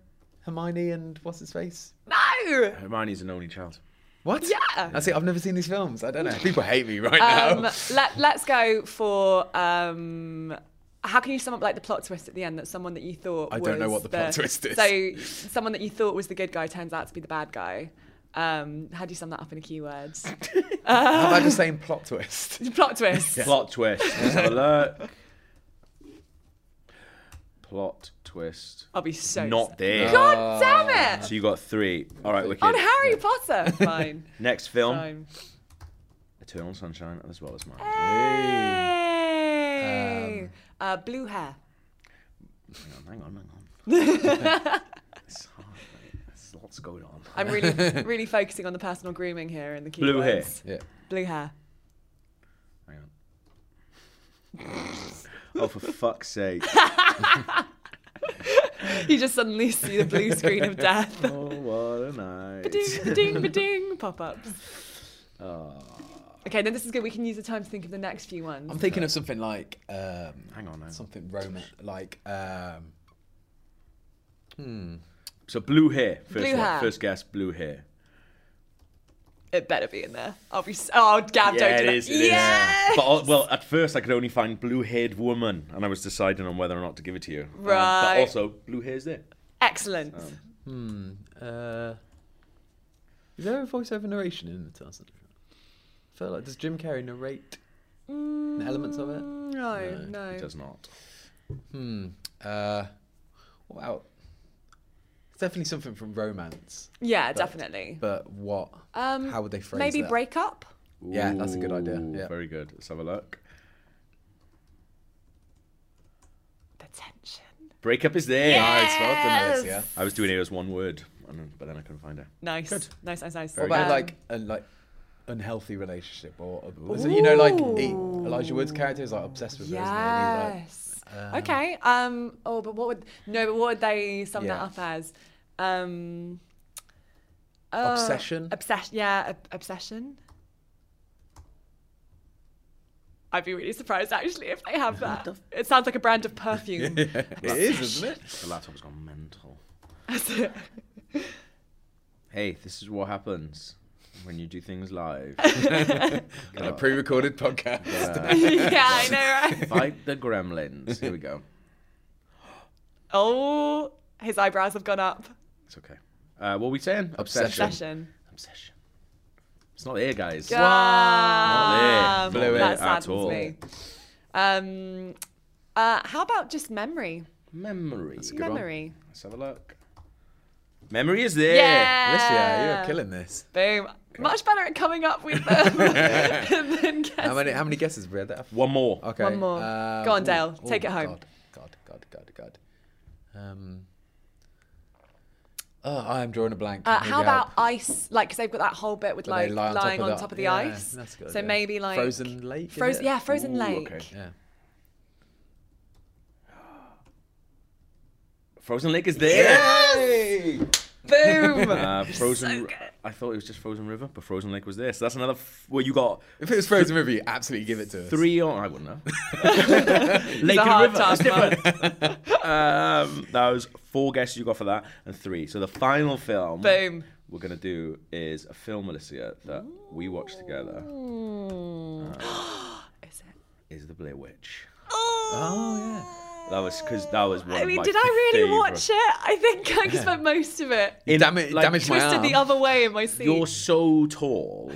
Hermione and what's his face?
no.
Hermione's an only child.
What?
Yeah.
That's it. I've never seen these films. I don't know. People hate me right
Ah.
Um,
now.
let Let's go for um. How can you sum up like the plot twist at the end? That someone that you thought
I don't know
was
what the plot twist is.
So someone that you thought was the good guy turns out to be the bad guy. Um, how do you sum that up in a few words?
How about just saying plot twist?
plot twist.
Plot twist. Let's have a look. Plot twist.
I'll be so
Not there.
God damn it!
So you got three. All right, wicked.
On Harry Potter. Fine.
Next film,
Fine.
Eternal Sunshine as well as mine.
Hey.
Um.
uh, blue hair.
Hang on, hang on, hang on. it's hard, mate. There's lots going on.
I'm really, really focusing on the personal grooming here and the key
Blue hair.
words.
Yeah.
Blue hair.
Hang on. oh, for fuck's sake.
You just suddenly see the blue screen of death.
Oh, what a night.
ding, ding, ding, pop ups.
Oh,
Okay, then this is good. We can use the time to think of the next few ones.
I'm thinking of something like um,
Hang on now.
something Roman like um,
So blue hair. First
Blue
one.
hair.
First guess, blue hair.
It better be in there. I'll be. s- Oh, Gav, don't do that.
it is. It is.
yeah.
But
oh,
al- well, at first I could only find blue-haired woman, and I was deciding on whether or not to give it to you. Um,
Right.
but also, blue hair's there.
Excellent.
Uh, is there a voiceover narration in the Tarzan? I feel like does Jim Carrey narrate the elements of it?
Oh, no, no.
It does not.
hmm uh, what about it's definitely something from romance,
Yeah, definitely.
but what?
Um,
How would they phrase
Maybe
that?
break up.
Yeah, that's a good idea.
Ooh,
Yeah.
Very good. Let's have a look.
The tension.
Breakup is there.
Nice, well done, Alexia.
I was doing it as one word, and then- but then I couldn't find it.
Nice. Nice, nice, nice.
What about
Um,
like a like unhealthy relationship or so, you know like he, Elijah Wood's character is like obsessed with her, isn't he? And he's like,
Yes. okay. Um. Oh, but what would no? But what would they sum that
Yeah.
up as? Um. uh,
Obsession?
Obsession. Yeah. ob- obsession. I'd be really surprised actually if they have that. It sounds like a brand of perfume.
It is, isn't it?
The laptop's gone mental.
That's it.
Hey, this is what happens when you do things live.
On a pre-recorded podcast.
yeah, I know, right?
Fight the gremlins. Here we go.
Oh, his eyebrows have gone up.
It's okay. Uh, what are we saying? Obsession.
Obsession.
Obsession. It's not there, guys.
Wow.
Not there. Blew
that
it at
saddens
all.
me. Um, uh, how about just memory?
Memory. That's
memory.
Let's have a look. Memory is there.
Alicia, you're killing this.
Boom. Much better at coming up with them than guessing.
How many how many guesses have we had there?
One more.
Oh.
Okay.
One more. Go on, Dale. Take it home.
God, God, God, God, God. Um, oh, I am drawing a blank.
Uh,
Maybe
how
help.
about ice? Like, because they've got that whole bit with
Where they
like
lie on top
lying
of
on
the-
top of the
yeah,
ice.
that's good,
so
yeah.
maybe like
Frozen Lake? is
Frozen,
it?
yeah, frozen lake.
Yeah.
Frozen Lake is there.
Boom.
Uh, frozen. I thought it was just Frozen River, but Frozen Lake was there. So that's another. F- well, you got
If it was Frozen River, you absolutely give it to us.
three on. I wouldn't know. Lake
a
and
hard
River.
task,
It's different. um, that was four guesses you got for that, and three. So the final film
Boom.
we're gonna do is a film, Alicia, that we watched together.
Is it?
Is the Blair Witch.
Oh, yeah.
That was because that was one.
I
of
mean,
my
did I really
favourite-
watch it? I think I spent most of it
It Damn it,
like,
damaged my
twisted
arm.
the other way in my seat.
You're so tall.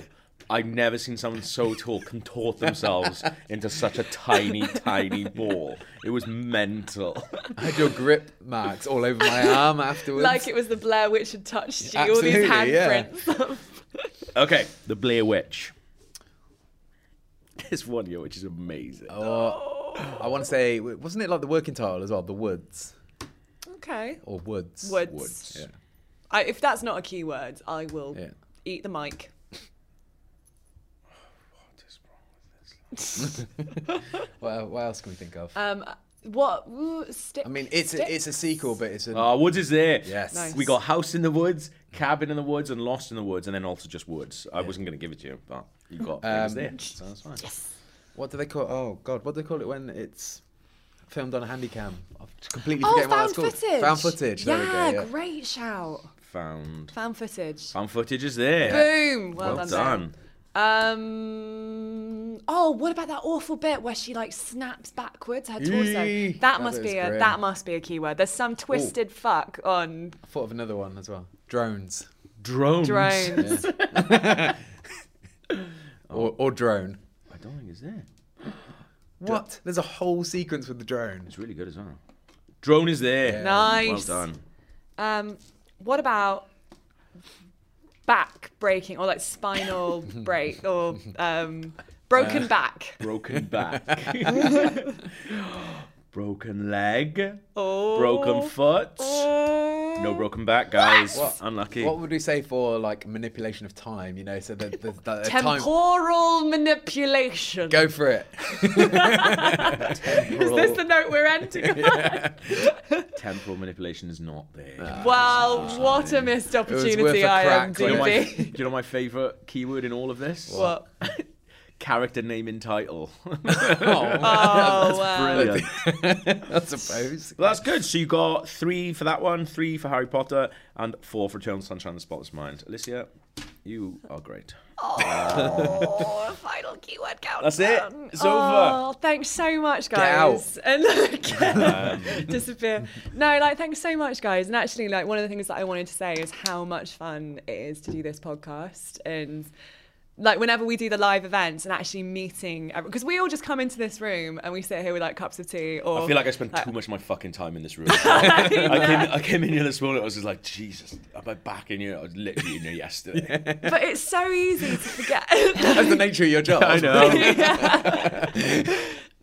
I've never seen someone so tall contort themselves into such a tiny, tiny ball. It was mental.
I had your grip marks all over my arm afterwards.
like it was the Blair Witch had touched you, all
Absolutely,
these
yeah.
handprints.
Okay, the Blair Witch. This one year, which is amazing.
I want to say, wasn't it like the working title as well? The Woods
okay.
or Woods?
Woods.
Yeah.
I, if that's not a keyword, I will
Yeah.
eat the mic.
What, what else can we think of?
Um, what? Ooh, stick.
I mean, it's a, it's a sequel, but it's a
Ah, Woods is there.
Yes. Nice.
We got House in the Woods, Cabin in the Woods, and Lost in the Woods, and then also just Woods. I wasn't going to give it to you, but you got it was
Um,
there. So that's fine.
What do they call? Oh God, what do they call it when it's filmed on a handy cam? I've completely
oh,
forgetting what
found
that's called.
footage.
Found footage. There
yeah,
we go. Yeah.
great shout.
Found.
Found footage.
Found footage is there.
Boom. Well,
Well,
done. there.
done.
Um. Oh, what about that awful bit where she like snaps backwards her torso?
Eee,
that,
that
must
bit's
be a
grim.
that must be a keyword. There's some twisted fuck on
I thought of another one as well. Drones
Drones.
drones.
or, or drone.
Oh. I don't think it's there.
What? There's a whole sequence with the drone.
It's really good as well. Drone is there.
Nice.
Well done.
Um, what about back breaking or like spinal break or um, broken back?
Broken back. broken leg.
Oh,
Broken foot. No broken back, guys.
What?
Unlucky.
What would we say for like manipulation of time? You know, so that the, the time.
Temporal manipulation.
Go for it.
Is this the note we're ending?
Temporal manipulation is not there.
Well, what a missed
worth
opportunity,
a crack,
I am,
wasn't
do, you know my,
DB.
do you know my favorite keyword in all of this?
What?
character name and title.
Oh, wow.
Brilliant.
I suppose.
Well, that's good. So you got three for that one, three for Harry Potter, and four for Eternal Sunshine of the Spotless Mind. Alicia, you are great.
Oh, final keyword countdown.
That's it. It's
Oh, thanks so much, guys. And
Um.
like, disappear. No, like thanks so much, guys. And actually, like one of the things that I wanted to say is how much fun it is to do this podcast and. Like whenever we do the live events and actually meeting, because we all just come into this room and we sit here with like cups of tea or
I feel like I spent too much of my fucking time in this room. I, came, I came in here this morning. I was just like, Jesus, am I back in here? I was literally in here yesterday.
But it's so easy to forget.
That's the nature of your job. I know.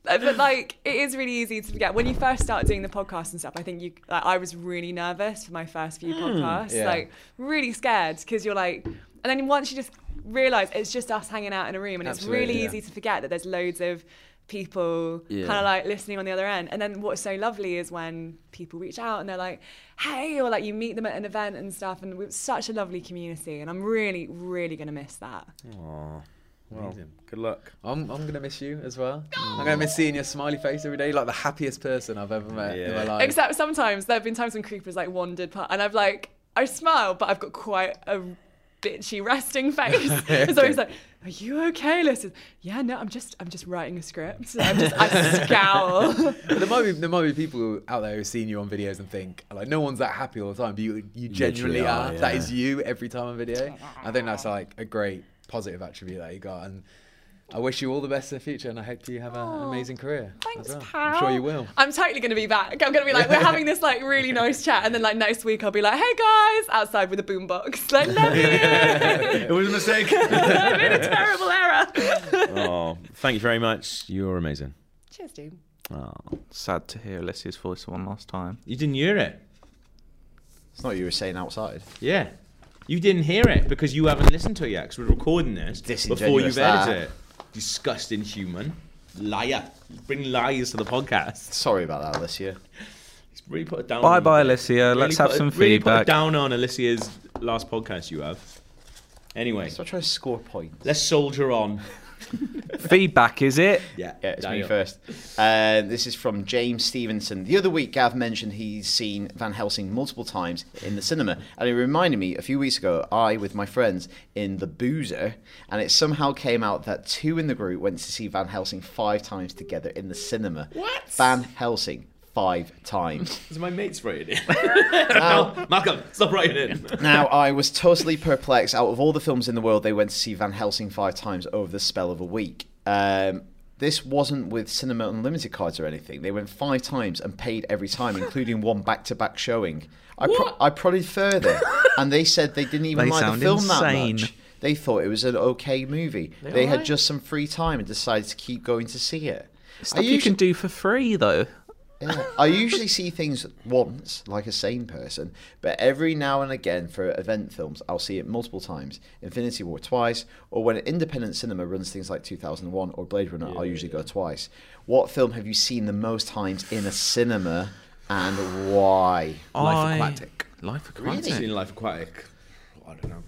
Uh, but like it is really easy to forget when you first start doing the podcast and stuff i think you like i was really nervous for my first few podcasts
Hmm. yeah.
like really scared because you're like and then once you just realize it's just us hanging out in a room and it's
Absolutely,
really
yeah.
easy to forget that there's loads of people kind of like listening on the other end and then what's so lovely is when people reach out and they're like hey or like you meet them at an event and stuff and we're such a lovely community and i'm really really gonna miss that
Well, good luck.
I'm, I'm gonna miss you as well. I'm gonna miss seeing your smiley face every day, like the happiest person I've ever met in my
Yeah.
life.
Except sometimes there have been times when Creeper's like wandered past, and I've like I smile, but I've got quite a bitchy resting face. so he's like, "Are you okay, Listen, Yeah, no, I'm just I'm just writing a script. I'm just I scowl.
But there might be there might be people out there who've seen you on videos and think like no one's that happy all the time, but you you genuinely are.
are,
That
yeah.
is you every time on video. I think that's like a great positive attribute that you got, and I wish you all the best in the future, and I hope you have a- an amazing career. as
Thanks,
well.
pal.
I'm sure you will.
I'm totally gonna be back. I'm gonna be like, we're having this like really nice chat, and then like next week I'll be like, hey guys, outside with a boombox. Like, love you.
It was a mistake.
I made a terrible error.
oh, thank you very much. You're amazing.
Cheers, dude.
Oh.
Sad to hear Alicia's voice one last time.
You didn't hear it.
It's not what you were saying outside.
Yeah. You didn't hear it because you haven't listened to it yet because we're recording this before
Disingenuous
you've
that.
edited it. Disgusting human. Liar. Bring lies to the podcast.
Sorry about that, Alicia.
It's really put it down.
Bye
on-
bye, Alicia.
really
Let's have
put a-
some
really Put
feedback.
it down on Alicia's last podcast you have. Anyway,
Stop trying to score points.
let's soldier on.
Feedback, is it?
Yeah.
Yeah, it's me
Daniel.
first. Uh, this is from James Stevenson. The other week, Gav mentioned he's seen Van Helsing multiple times in the cinema, and it reminded me a few weeks ago, I with my friends in The Boozer, and it somehow came out that two in the group went to see Van Helsing five times together in the cinema. What? Van Helsing five times.
Is my mate's writing in? Malcolm, stop writing in.
Now, I was totally perplexed. Out of all the films in the world, they went to see Van Helsing five times over the spell of a week. Um, this wasn't with Cinema Unlimited cards or anything. They went five times and paid every time, including one back to back showing. I, pro- I prodded further, and they said they didn't even
They
like the
sound
film
insane.
that much. They thought it was an okay movie. They, had just some free time and decided to keep going to see it.
Stuff you can do for free though.
Yeah. I usually see things once, like a sane person, but every now and again for event films, I'll see it multiple times. Infinity War twice, or when an independent cinema runs things like 2001 or Blade Runner, I'll usually go twice. What film have you seen the most times in a cinema and why?
Life
I-
Aquatic.
Life
I've
Aquatic.
seen Life Aquatic. I don't know.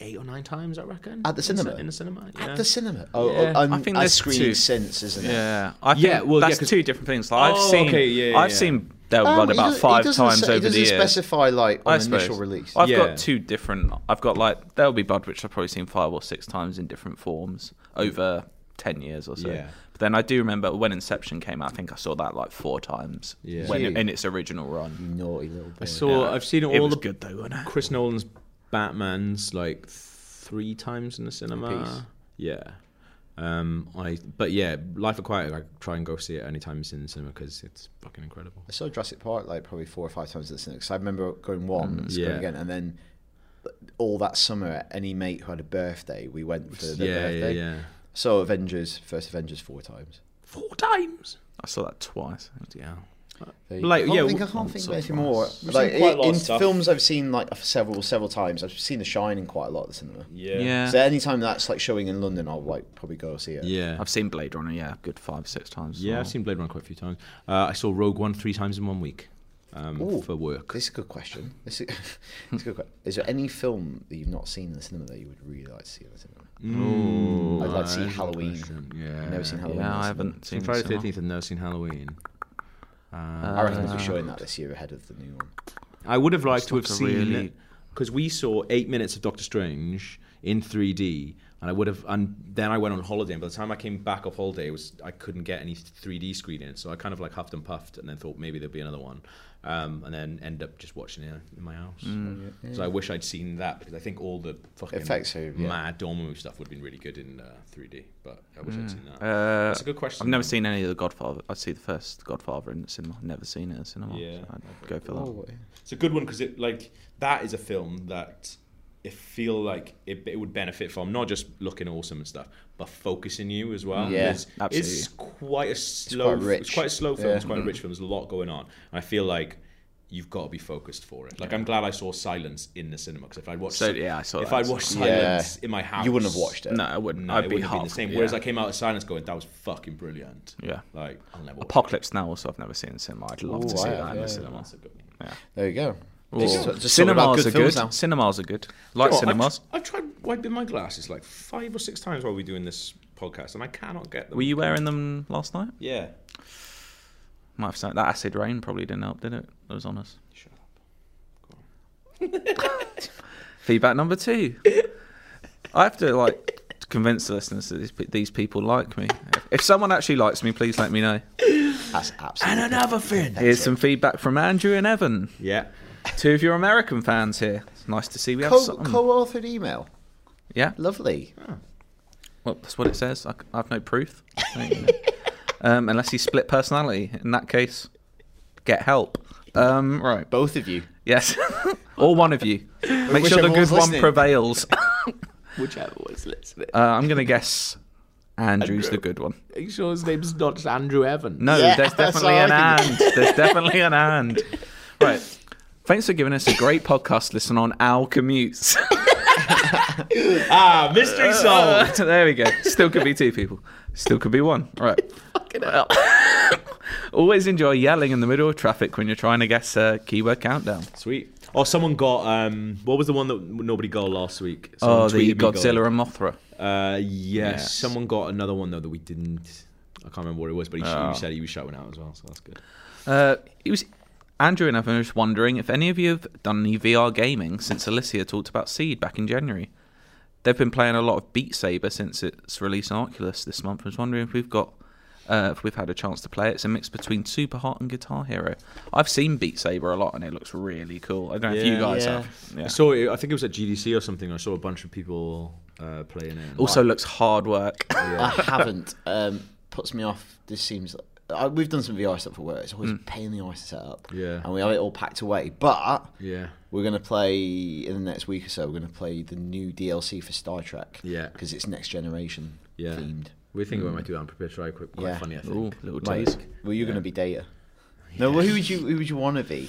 Eight or nine times, I reckon.
At the
In
cinema?
In the cinema. Yeah.
At the cinema. Oh,
Yeah.
oh, um,
I think
a
there's
screen
two.
since, isn't it?
Yeah, I think
Yeah, well, yeah,
that's
'cause-
two different things. Like, I've
Oh,
seen,
okay, yeah,
I've
yeah.
seen Del
Um,
Run
he
about
doesn't- he
five
doesn't
times
say- he
over the
doesn't
years.
specify like
I
on
suppose.
initial release.
I've
Yeah.
got two different. I've got like There'll Be Blood, which I've probably seen five or six times in different forms over ten years or so.
Yeah.
But then I do remember when Inception came out. I think I saw that like four times
Yeah.
when it,
Gee.
in its original run.
Naughty little boy.
I saw. I've seen all
It was
the
good though, wasn't it?
Chris Nolan's Batman's like three times in the
Peace.
cinema. Yeah. Um, I but yeah, Life Aquatic. I try and go see it anytime it's in the cinema because it's fucking incredible.
I saw Jurassic Park like probably four or five times at the cinema 'cause I remember going once,
yeah.
going again, and then all that summer, any mate who had a birthday, we went for their
yeah, yeah,
birthday.
yeah.
So Avengers, first Avengers, four times.
Four times.
I saw that twice.
Yeah.
There you
Like,
go. Oh, I can't
yeah,
think, I
w-
can't think of anything more.
We've
Like
seen quite a lot
in
of stuff.
films, I've seen like several, several times. I've seen The Shining quite a lot at the cinema.
Yeah.
So anytime that's like showing in London, I'll like probably go see it.
Yeah.
I've seen Blade Runner. Yeah, a good five, six times. as
Yeah,
well.
I've seen Blade Runner quite a few times. Uh, I saw Rogue One three times in one week. um,
Ooh,
for work.
This is a good question. This is, this is a good question. Is there any film that you've not seen in the cinema that you would really like to see in the cinema?
Ooh,
I'd like to
Mm. that's
see
a good
Halloween.
question. Yeah.
I've never seen Halloween. in
Yeah,
the
I
cinema.
haven't
Seen
seen
Friday the
cinema.
13th and never seen Halloween. Uh,
I reckon they'll be showing that this year ahead of the new one.
I would have liked
It's
to have
not a
seen
really-
because we saw eight minutes of Doctor Strange in 3D, and I would have. And then I went on holiday, and by the time I came back off holiday, it was I couldn't get any 3D screen in, so I kind of like huffed and puffed, and then thought maybe there'd be another one, um, and then end up just watching it in my house. So I wish I'd seen that because I think all the fucking
Effects are- yeah.
mad Dormammu stuff would have been really good in uh, 3D, but I wish I'd seen that.
Uh,
Mm. That's a good question.
I've never
though.
seen any of the Godfather. I see the first Godfather in the cinema. I've never seen it in the cinema.
Yeah. Oh,
so I'd go for that.
It's a good one because it like that is a film that it feel like it, it would benefit from not just looking awesome and stuff, but focusing you as well.
Yeah,
it's,
absolutely.
It's quite a slow. It's quite,
rich.
it's quite a slow film.
Yeah.
It's quite a rich film. There's a lot going on. And I feel like. You've got to be focused for it. Like I'm glad I saw Silence in the cinema because if I'd watched,
So, yeah, I saw
if
that.
I'd watched
Yeah.
Silence in my house,
You wouldn't have watched it.
No, I wouldn't.
No,
I'd
it
be
wouldn't have been
half
the same.
yeah.
Whereas I came out of Silence going, "That was fucking brilliant."
Yeah.
like I'll never. Watch
Apocalypse Now also I've never seen in cinema. I'd love
Ooh,
to see
I
that
have,
in
yeah.
the cinema.
That's a good one.
There you go.
Ooh.
talking about
cinemas are
films
good.
now.
Cinemas are good. Like
Oh, I've-
cinemas.
I've, tried wiping my glasses like five or six times while we're doing this podcast, and I cannot get them.
Were you wearing them last night?
Yeah.
Might have said that acid rain probably didn't help, did it? It was on us.
Shut up.
Feedback number two. I have to like convince the listeners that these, pe- these people like me. If- If someone actually likes me, please let me know.
That's absolutely.
another thing.
Here's some feedback from Andrew and Evan,
Yeah.
two of your American fans here. It's nice to see we have
Co-
something.
co-authored email.
yeah,
Lovely.
well, that's what it says. I, have no proof. I don't know. um, unless you split personality, in that case, get help. Um, right.
Both of you.
Yes. or one of you. Make sure the
Whichever
good
one's
one
listening.
prevails. uh,
Whichever was listening.
I'm going to guess Andrew's the good one.
Are you sure his name's not Andrew Evans?
No,
Yeah,
there's
that's
definitely an
what I
and. There's definitely an and. Right. Thanks for giving us a great podcast listen on our commutes.
Ah, mystery solved.
Oh, there we go. Still could be two people. Still could be one. Right. Well, always enjoy yelling in the middle of traffic when you're trying to guess a keyword countdown.
Sweet. Or Oh, someone got um. What was the one that nobody got last week? Someone
Oh, the
tweeted me
Godzilla
got
and Mothra.
it. Uh, yes.
Yes.
Someone got another one though that we didn't. I can't remember what it was, but he, sh
Oh.
he said he was shouting out as well, so that's good.
Uh, it was Andrew and Evan were just wondering if any of you have done any VR gaming since Alicia talked about Seed back in January. They've been playing a lot of Beat Saber since its release on Oculus this month. I was wondering if we've got uh, if we've had a chance to play it. It's a mix between Super Hot and Guitar Hero. I've seen Beat Saber a lot and it looks really cool. I don't know if you
Yeah.
guys
Yeah.
have. Yeah.
I saw it. I think it was at GDC or something. I saw a bunch of people uh, playing it.
Also looks hard work.
I haven't. Um, puts me off. This seems. I, we've done some VR stuff for work. It's always a pain in the eyes to set up.
Yeah.
And we have it all packed away. But
yeah.
we're going to play, in the next week or so, we're going to play the new DLC for Star Trek.
Yeah.
Because it's next generation
Yeah.
themed.
We think we might do unprepared try quite, quite
Yeah.
funny, I think.
Hmm. Ooh, little
Mate,
taste.
well, you're going to be Data. No, well, who would you who would you want to be?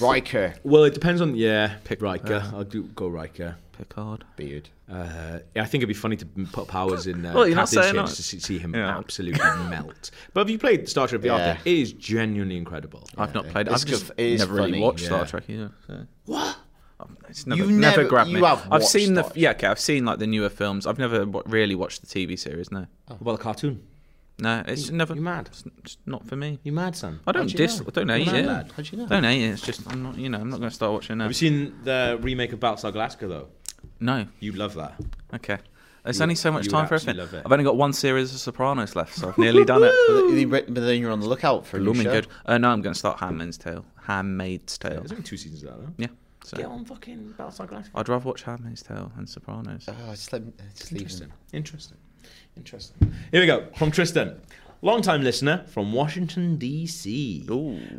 Riker.
Well, it depends on yeah. Pick Riker. I'll do go Riker.
Picard.
Beard.
Uh, yeah, I think it'd be funny to m- put powers in uh,
Well, you're not
Captain
saying
Ships
that.
to see, see him
Yeah.
absolutely melt. But have you played Star Trek Beyond?
Yeah.
It is genuinely incredible.
I've not played.
It's
I've just
good- it is
never really
funny.
watched
Yeah.
Star Trek either. So.
What?
It's never,
You've
never,
never-
grabbed
you
me.
have
I've
watched
seen the
Star
yeah, okay. I've seen like the newer films. I've never w- really watched the TV series. No,
What about the cartoon?
no, it's never.
you mad?
It's, it's not for me.
You mad, son?
I don't
How'd you
dis.
know?
I don't hate
You're mad,
it.
lad.
How'd you know?
Don't hate it. It's just I'm not. You know, I'm not going to start watching
Have
now.
you seen the remake of Battlestar Galactica though?
No.
You love that.
Okay. There's
You-
only so much
you
time
would
for
absolutely
everything.
love it.
I've only got one series of Sopranos left, so I've nearly done it.
But then- but then you're on the lookout for a new
Blooming
show.
good. Uh, no, I'm going to start Handmaid's Tale. Handmaid's Tale.
There's only two seasons of that though.
Yeah.
Get
So
on fucking Battlestar Galactica.
I'd rather watch Handmaid's Tale and Sopranos.
Oh, just let me, just leave him.
Interesting. Interesting. Interesting. Here we go from Tristan. Long-time listener from Washington, D.C.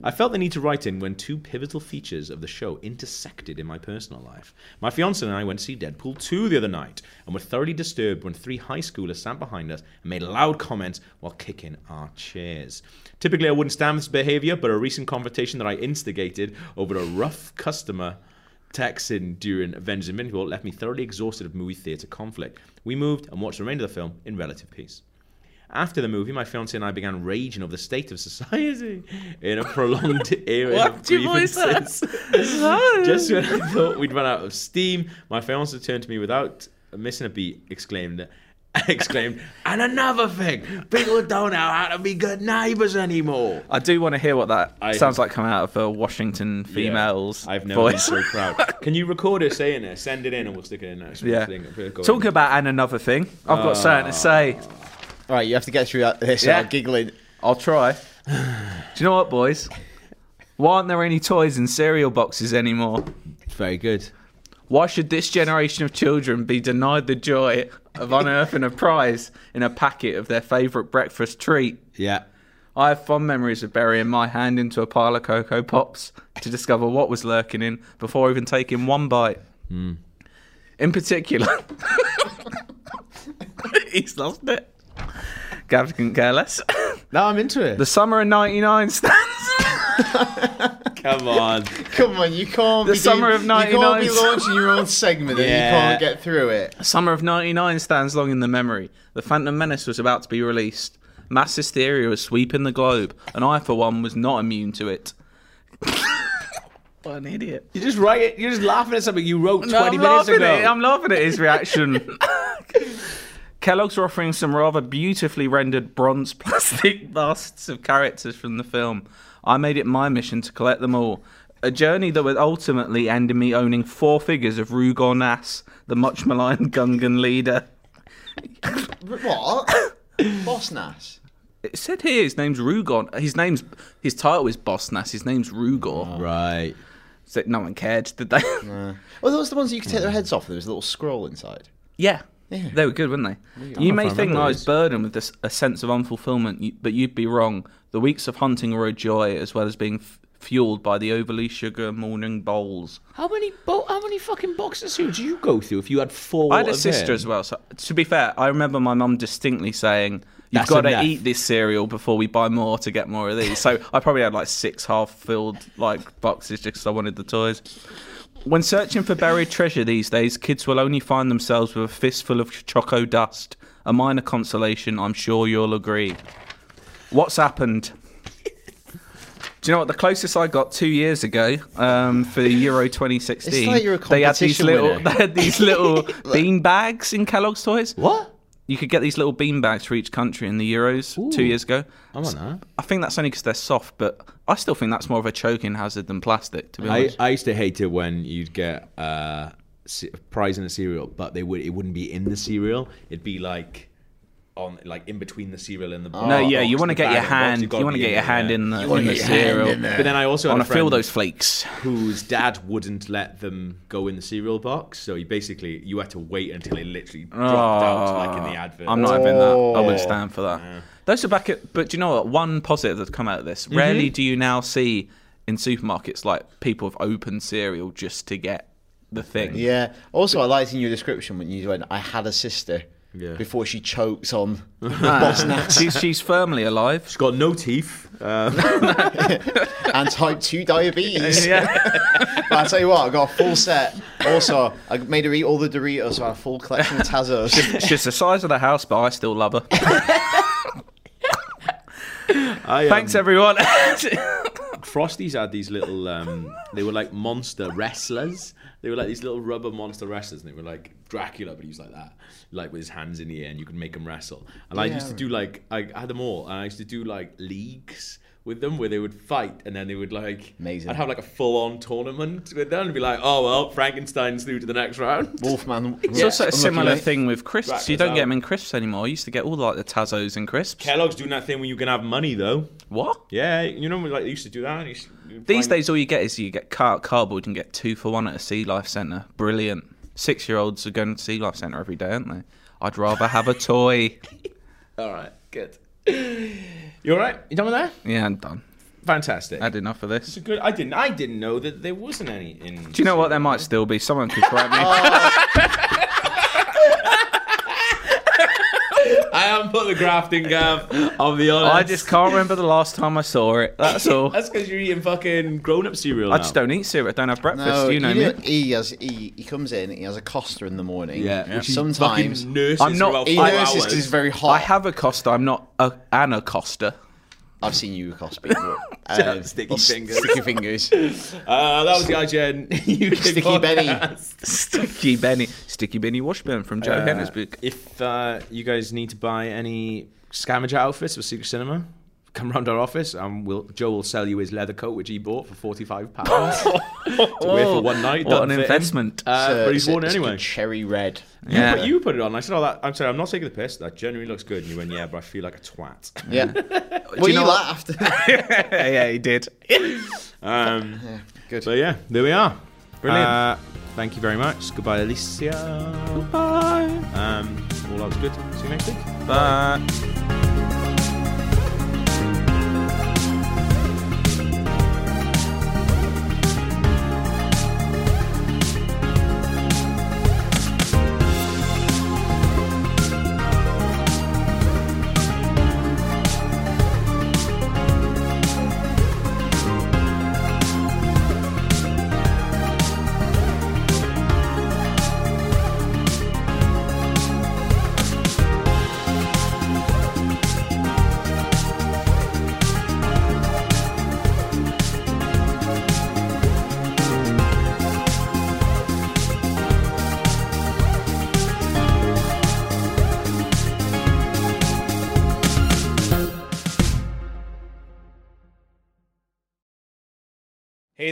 I felt the need to write in when two pivotal features of the show intersected in my personal life. My fiance and I went to see Deadpool 2 the other night and were thoroughly disturbed when three high schoolers sat behind us and made loud comments while kicking our chairs. Typically, I wouldn't stand for this behavior, but a recent confrontation that I instigated over a rough customer Texan during Avengers Infinity War left me thoroughly exhausted of movie theatre conflict. We moved and watched the remainder of the film in relative peace. After the movie, my fiance and I began raging over the state of society in a prolonged era of
do you voice that?
grievances. Just when I thought we'd run out of steam, my fiance turned to me without missing a beat, exclaimed, exclaimed, and another thing, people don't know how to be good neighbours anymore.
I do want to hear what that
I-
sounds like coming out of a Washington female's
Yeah, I've never
voice.
been so proud. Can you record her saying it? Send it in, and we'll stick it in next.
yeah. Talk about and another thing. I've got something
Ah.
to say.
All right, you have to get through that- this
Yeah.
without giggling.
I'll try. Do you know what, boys? Why aren't there any toys in cereal boxes anymore?
Very good.
Why should this generation of children be denied the joy of unearthing a prize in a packet of their favourite breakfast treat?
Yeah.
I have fond memories of burying my hand into a pile of Cocoa Pops to discover what was lurking in before even taking one bite.
Hmm.
In particular, he's lost it. Gav couldn't care less.
No, I'm into it.
The summer of '99 stands.
Come on.
Come on, you can't.
The
be
summer
doing,
of
You can't be
99.
launching your own segment and
Yeah.
you can't get through it.
Summer of 99 stands long in the memory. The Phantom Menace was about to be released. Mass hysteria was sweeping the globe, and I, for one, was not immune to it. what an idiot.
You just write it. You're just laughing at something you wrote 20
I'm
minutes
laughing
ago.
At, I'm laughing at his reaction. Kellogg's are offering some rather beautifully rendered bronze plastic busts of characters from the film. I made it my mission to collect them all. A journey that would ultimately end in me owning four figures of Rugon Nass, the much maligned Gungan leader.
What? Boss Nass.
It said here his name's Rugon. His name's his title is Boss Nass. His name's Rugor.
Right.
So no one cared, did they?
Well, those are the ones that you could take their heads off. There was a little scroll inside.
Yeah.
Yeah.
They were good, weren't they? You may think that I was burdened with this, a sense of unfulfillment, you- but you'd be wrong. The weeks of hunting were a joy, as well as being f- fueled by the overly sugar morning bowls.
How many bo- how many fucking boxes here do you go through if you had four?
I had a
of
sister
them?
as well. So to be fair, I remember my mum distinctly saying, "You've
That's
got to
enough.
eat this cereal before we buy more to get more of these." so I probably had like six half-filled like boxes just 'cause I wanted the toys. When searching for buried treasure these days, kids will only find themselves with a fistful of choco dust, a minor consolation, I'm sure you'll agree. What's happened? Do you know what? The closest I got two years ago um, for Euro 2016,
It's like you're a
they had these
competition
little,
winner.
they had these little bean bags in Kellogg's toys.
What?
You could get these little bean bags for each country in the Euros two years ago.
I'm on that.
I think that's only because they're soft, but I still think that's more of a choking hazard than plastic. To be
I,
honest,
I used to hate it when you'd get uh, se- a prize in a cereal, but they would it wouldn't be in the cereal. It'd be like on like in between the cereal and the box.
no, yeah,
box,
you want
the
to
bag
get
and
your
the box,
hand,
you've
you
gotta
want to
be
get
in
your
it,
hand
yeah.
in the, in the cereal.
But then I also
I
had
want
a
to feel
friend
those flakes.
whose dad wouldn't let them go in the cereal box, so he basically you had to wait until it literally dropped out like in the advert.
Ah, I'm not having that. I
Oh.
wouldn't stand for that. Those are back at. But do you know what? One positive that's come out of this.
Mm-hmm.
Rarely do you now see in supermarkets like people have opened cereal just to get the thing.
Yeah. Also, I liked in your description when you went, I had a sister
Yeah.
before she chokes on Boss Nass
She's, she's firmly alive.
She's got no teeth.
and type 2 diabetes.
Yeah.
But I tell you what, I got a full set. Also, I made her eat all the Doritos, so I had a full collection of Tazos.
she's the size of the house, but I still love her.
I, um,
Thanks, everyone.
Frosties had these little, um, they were like monster wrestlers. They were like these little rubber monster wrestlers, and they were like Dracula, but he was like that, like with his hands in the air, and you could make him wrestle. And I used to do like, I had them all, and I used to do like leagues with them where they would fight, and then they would like,
Amazing.
I'd have like a full-on tournament with them, and be like, oh well, Frankenstein's through to the next round.
Wolfman.
It's also a
Unlucky
similar
mate.
thing with crisps.
Right,
you don't
so- um,
get them in crisps anymore. I used to get all like the Tazos and crisps.
Kellogg's doing that thing where you can have money though.
what?
Yeah, you know, like they used to do that. you used to
These
find-
days, all you get is you get car- cardboard and get two for one at a Sea Life Centre. Brilliant. Six year olds are going to Sea Life Centre every day, aren't they? I'd rather have a toy.
All right, good. You all right? You done with that?
Yeah, I'm done.
Fantastic.
Had enough of this.
It's a good. I didn't. I didn't know that there wasn't any. In
Do you know what? There might still be.
Oh,
Someone could correct me.
I haven't put the grafting gaff. I'll be honest.
I just can't remember the last time I saw it. That's all.
That's because you're eating fucking grown-up cereal.
I
now.
just don't eat cereal. I don't have breakfast.
No,
you know
do
me.
it- He has he, he comes in. He has a Costa in the morning.
Yeah, which he
sometimes
Fucking nurses
I'm not-
for about
he
four
nurses
hours.
because he's very hot.
I have a Costa. I'm not a, an Acosta.
I've seen you with Costa before. Um,
sticky
s-
fingers.
Sticky fingers.
Uh, that was the IGN UK
Sticky
podcast.
Benny.
Sticky Benny. Sticky Benny Washburn from Joe Henner's book.
If uh, you guys need to buy any scavenger outfits for Secret Cinema, come round our office and we'll, Joe will sell you his leather coat, which he bought for forty-five pounds to wear for one night.
What
doesn't
an
fit him.
investment.
Uh,
So
but he's
it's-
worn it
it's
anyway.
called Cherry red.
yeah.
But you put it on. I said, "Oh, that." I'm sorry, I'm not taking the piss. That genuinely looks good. And you went, "Yeah, but I feel like a twat."
Yeah. well, you,
know what?
laughed.
yeah, he did.
Um,
good.
But yeah, there we are.
Brilliant.
Uh, thank you very much. Goodbye, Alicia. Goodbye. Um, all that was good. See you next week.
Bye.
Hey